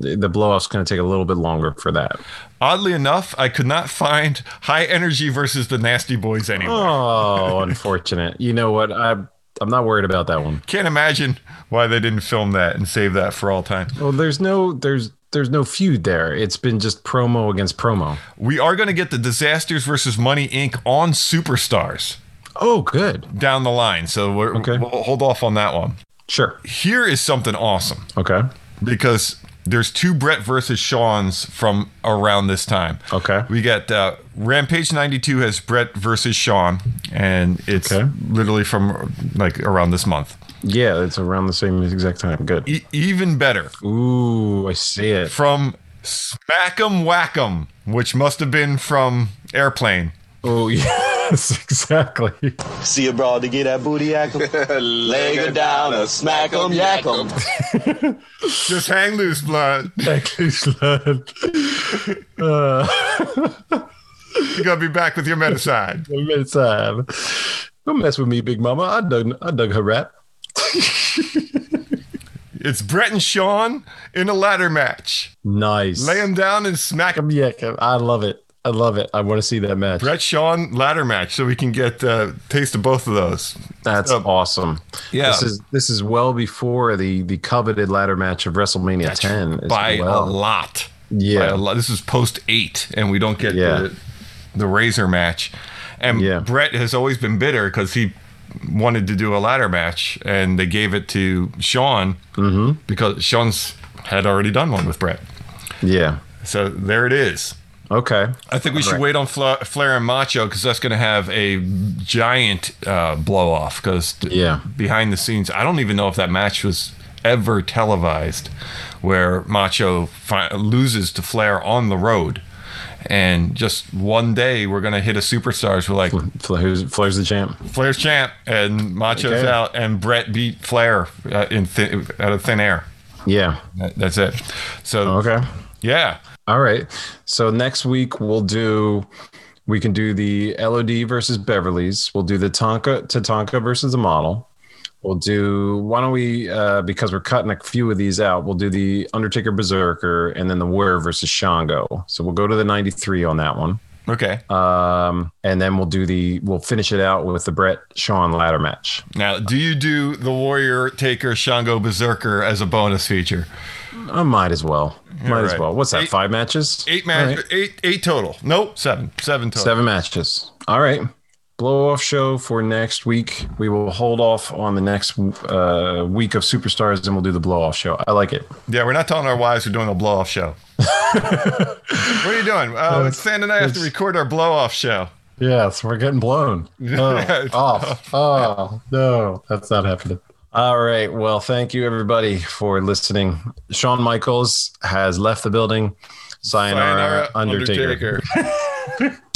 The the blow off's gonna take a little bit longer for that. oddly enough, I could not find high energy versus the nasty boys anywhere. Oh, unfortunate. You know what? I I'm not worried about that one. Can't imagine why they didn't film that and save that for all time. Well, there's no there's there's no feud there. It's been just promo against promo. We are going to get the disasters versus Money Inc. on Superstars Oh, good. down the line, so we're, Okay. we'll hold off on that one. Sure. Here is something awesome Okay. because there's two Brett versus Sean's from around this time. Okay. We got uh, Rampage 92 has Brett versus Sean, and it's Okay. literally from like around this month. Yeah, it's around the same exact time. Good. E- even better, Ooh, I see it. from Smack'em Whack'em, which must have been from Airplane. Oh, yes, exactly. See a broad to get that booty ackle. Leg her down and smack 'em, yak 'em. Just hang loose, blood. Exactly. Slud. Uh, You gotta be back with your medicine. a minute time. Don't mess with me, Big Mama. I dug, I dug her rap. It's Brett and Sean in a ladder match. Nice. Lay him down and smack him. Yeah, I love it. I love it. I want to see that match. Brett Sean ladder match, so we can get uh, taste of both of those. That's up. awesome. Yeah. This is this is well before the the coveted ladder match of WrestleMania 10 as by well. a lot. Yeah. By a lot. This is post eight, and we don't get Yeah. the, the razor match. And Yeah. Brett has always been bitter because he wanted to do a ladder match, and they gave it to Sean Mm-hmm. because Sean's had already done one with Brett. Yeah. So there it is. Okay. I think we should wait on Fla- Flair and Macho because that's going to have a giant uh, blow off. Because Yeah. behind the scenes, I don't even know if that match was ever televised, where Macho fi- loses to Flair on the road, and just one day we're going to hit a superstars. We're like Fla- who's- Flair's the champ. Flair's champ, and Macho's Okay. out, and Brett beat Flair uh, in thi- out of thin air. Yeah. That- That's it. So Okay. yeah, All right. So next week we'll do we can do the LOD versus Beverly's. We'll do the Tonka Tatanka versus the model. We'll do why don't we uh, because we're cutting a few of these out, we'll do the Undertaker Berserker and then the Warrior versus Shango. So we'll go to the 93 on that one. okay. Um, and then we'll do the we'll finish it out with the Brett Sean ladder match. Now, do you do the Warrior Taker Shango Berserker as a bonus feature? I might as well. Might as right. well. What's that? Eight- five matches? Eight All match, right. eight eight total. Nope, seven, seven total. Seven matches. All right. Blow off show for next week. We will hold off on the next uh, week of superstars and we'll do the blow off show. I like it. Yeah, we're not telling our wives we're doing a blow off show. what are you doing? Uh, Stan and I have to record our blow off show. Yes, we're getting blown. Yeah. off. Oh, no, that's not happening. All right. Well, thank you, everybody, for listening. Shawn Michaels has left the building. Sayonara, Sayonara, Undertaker. Undertaker.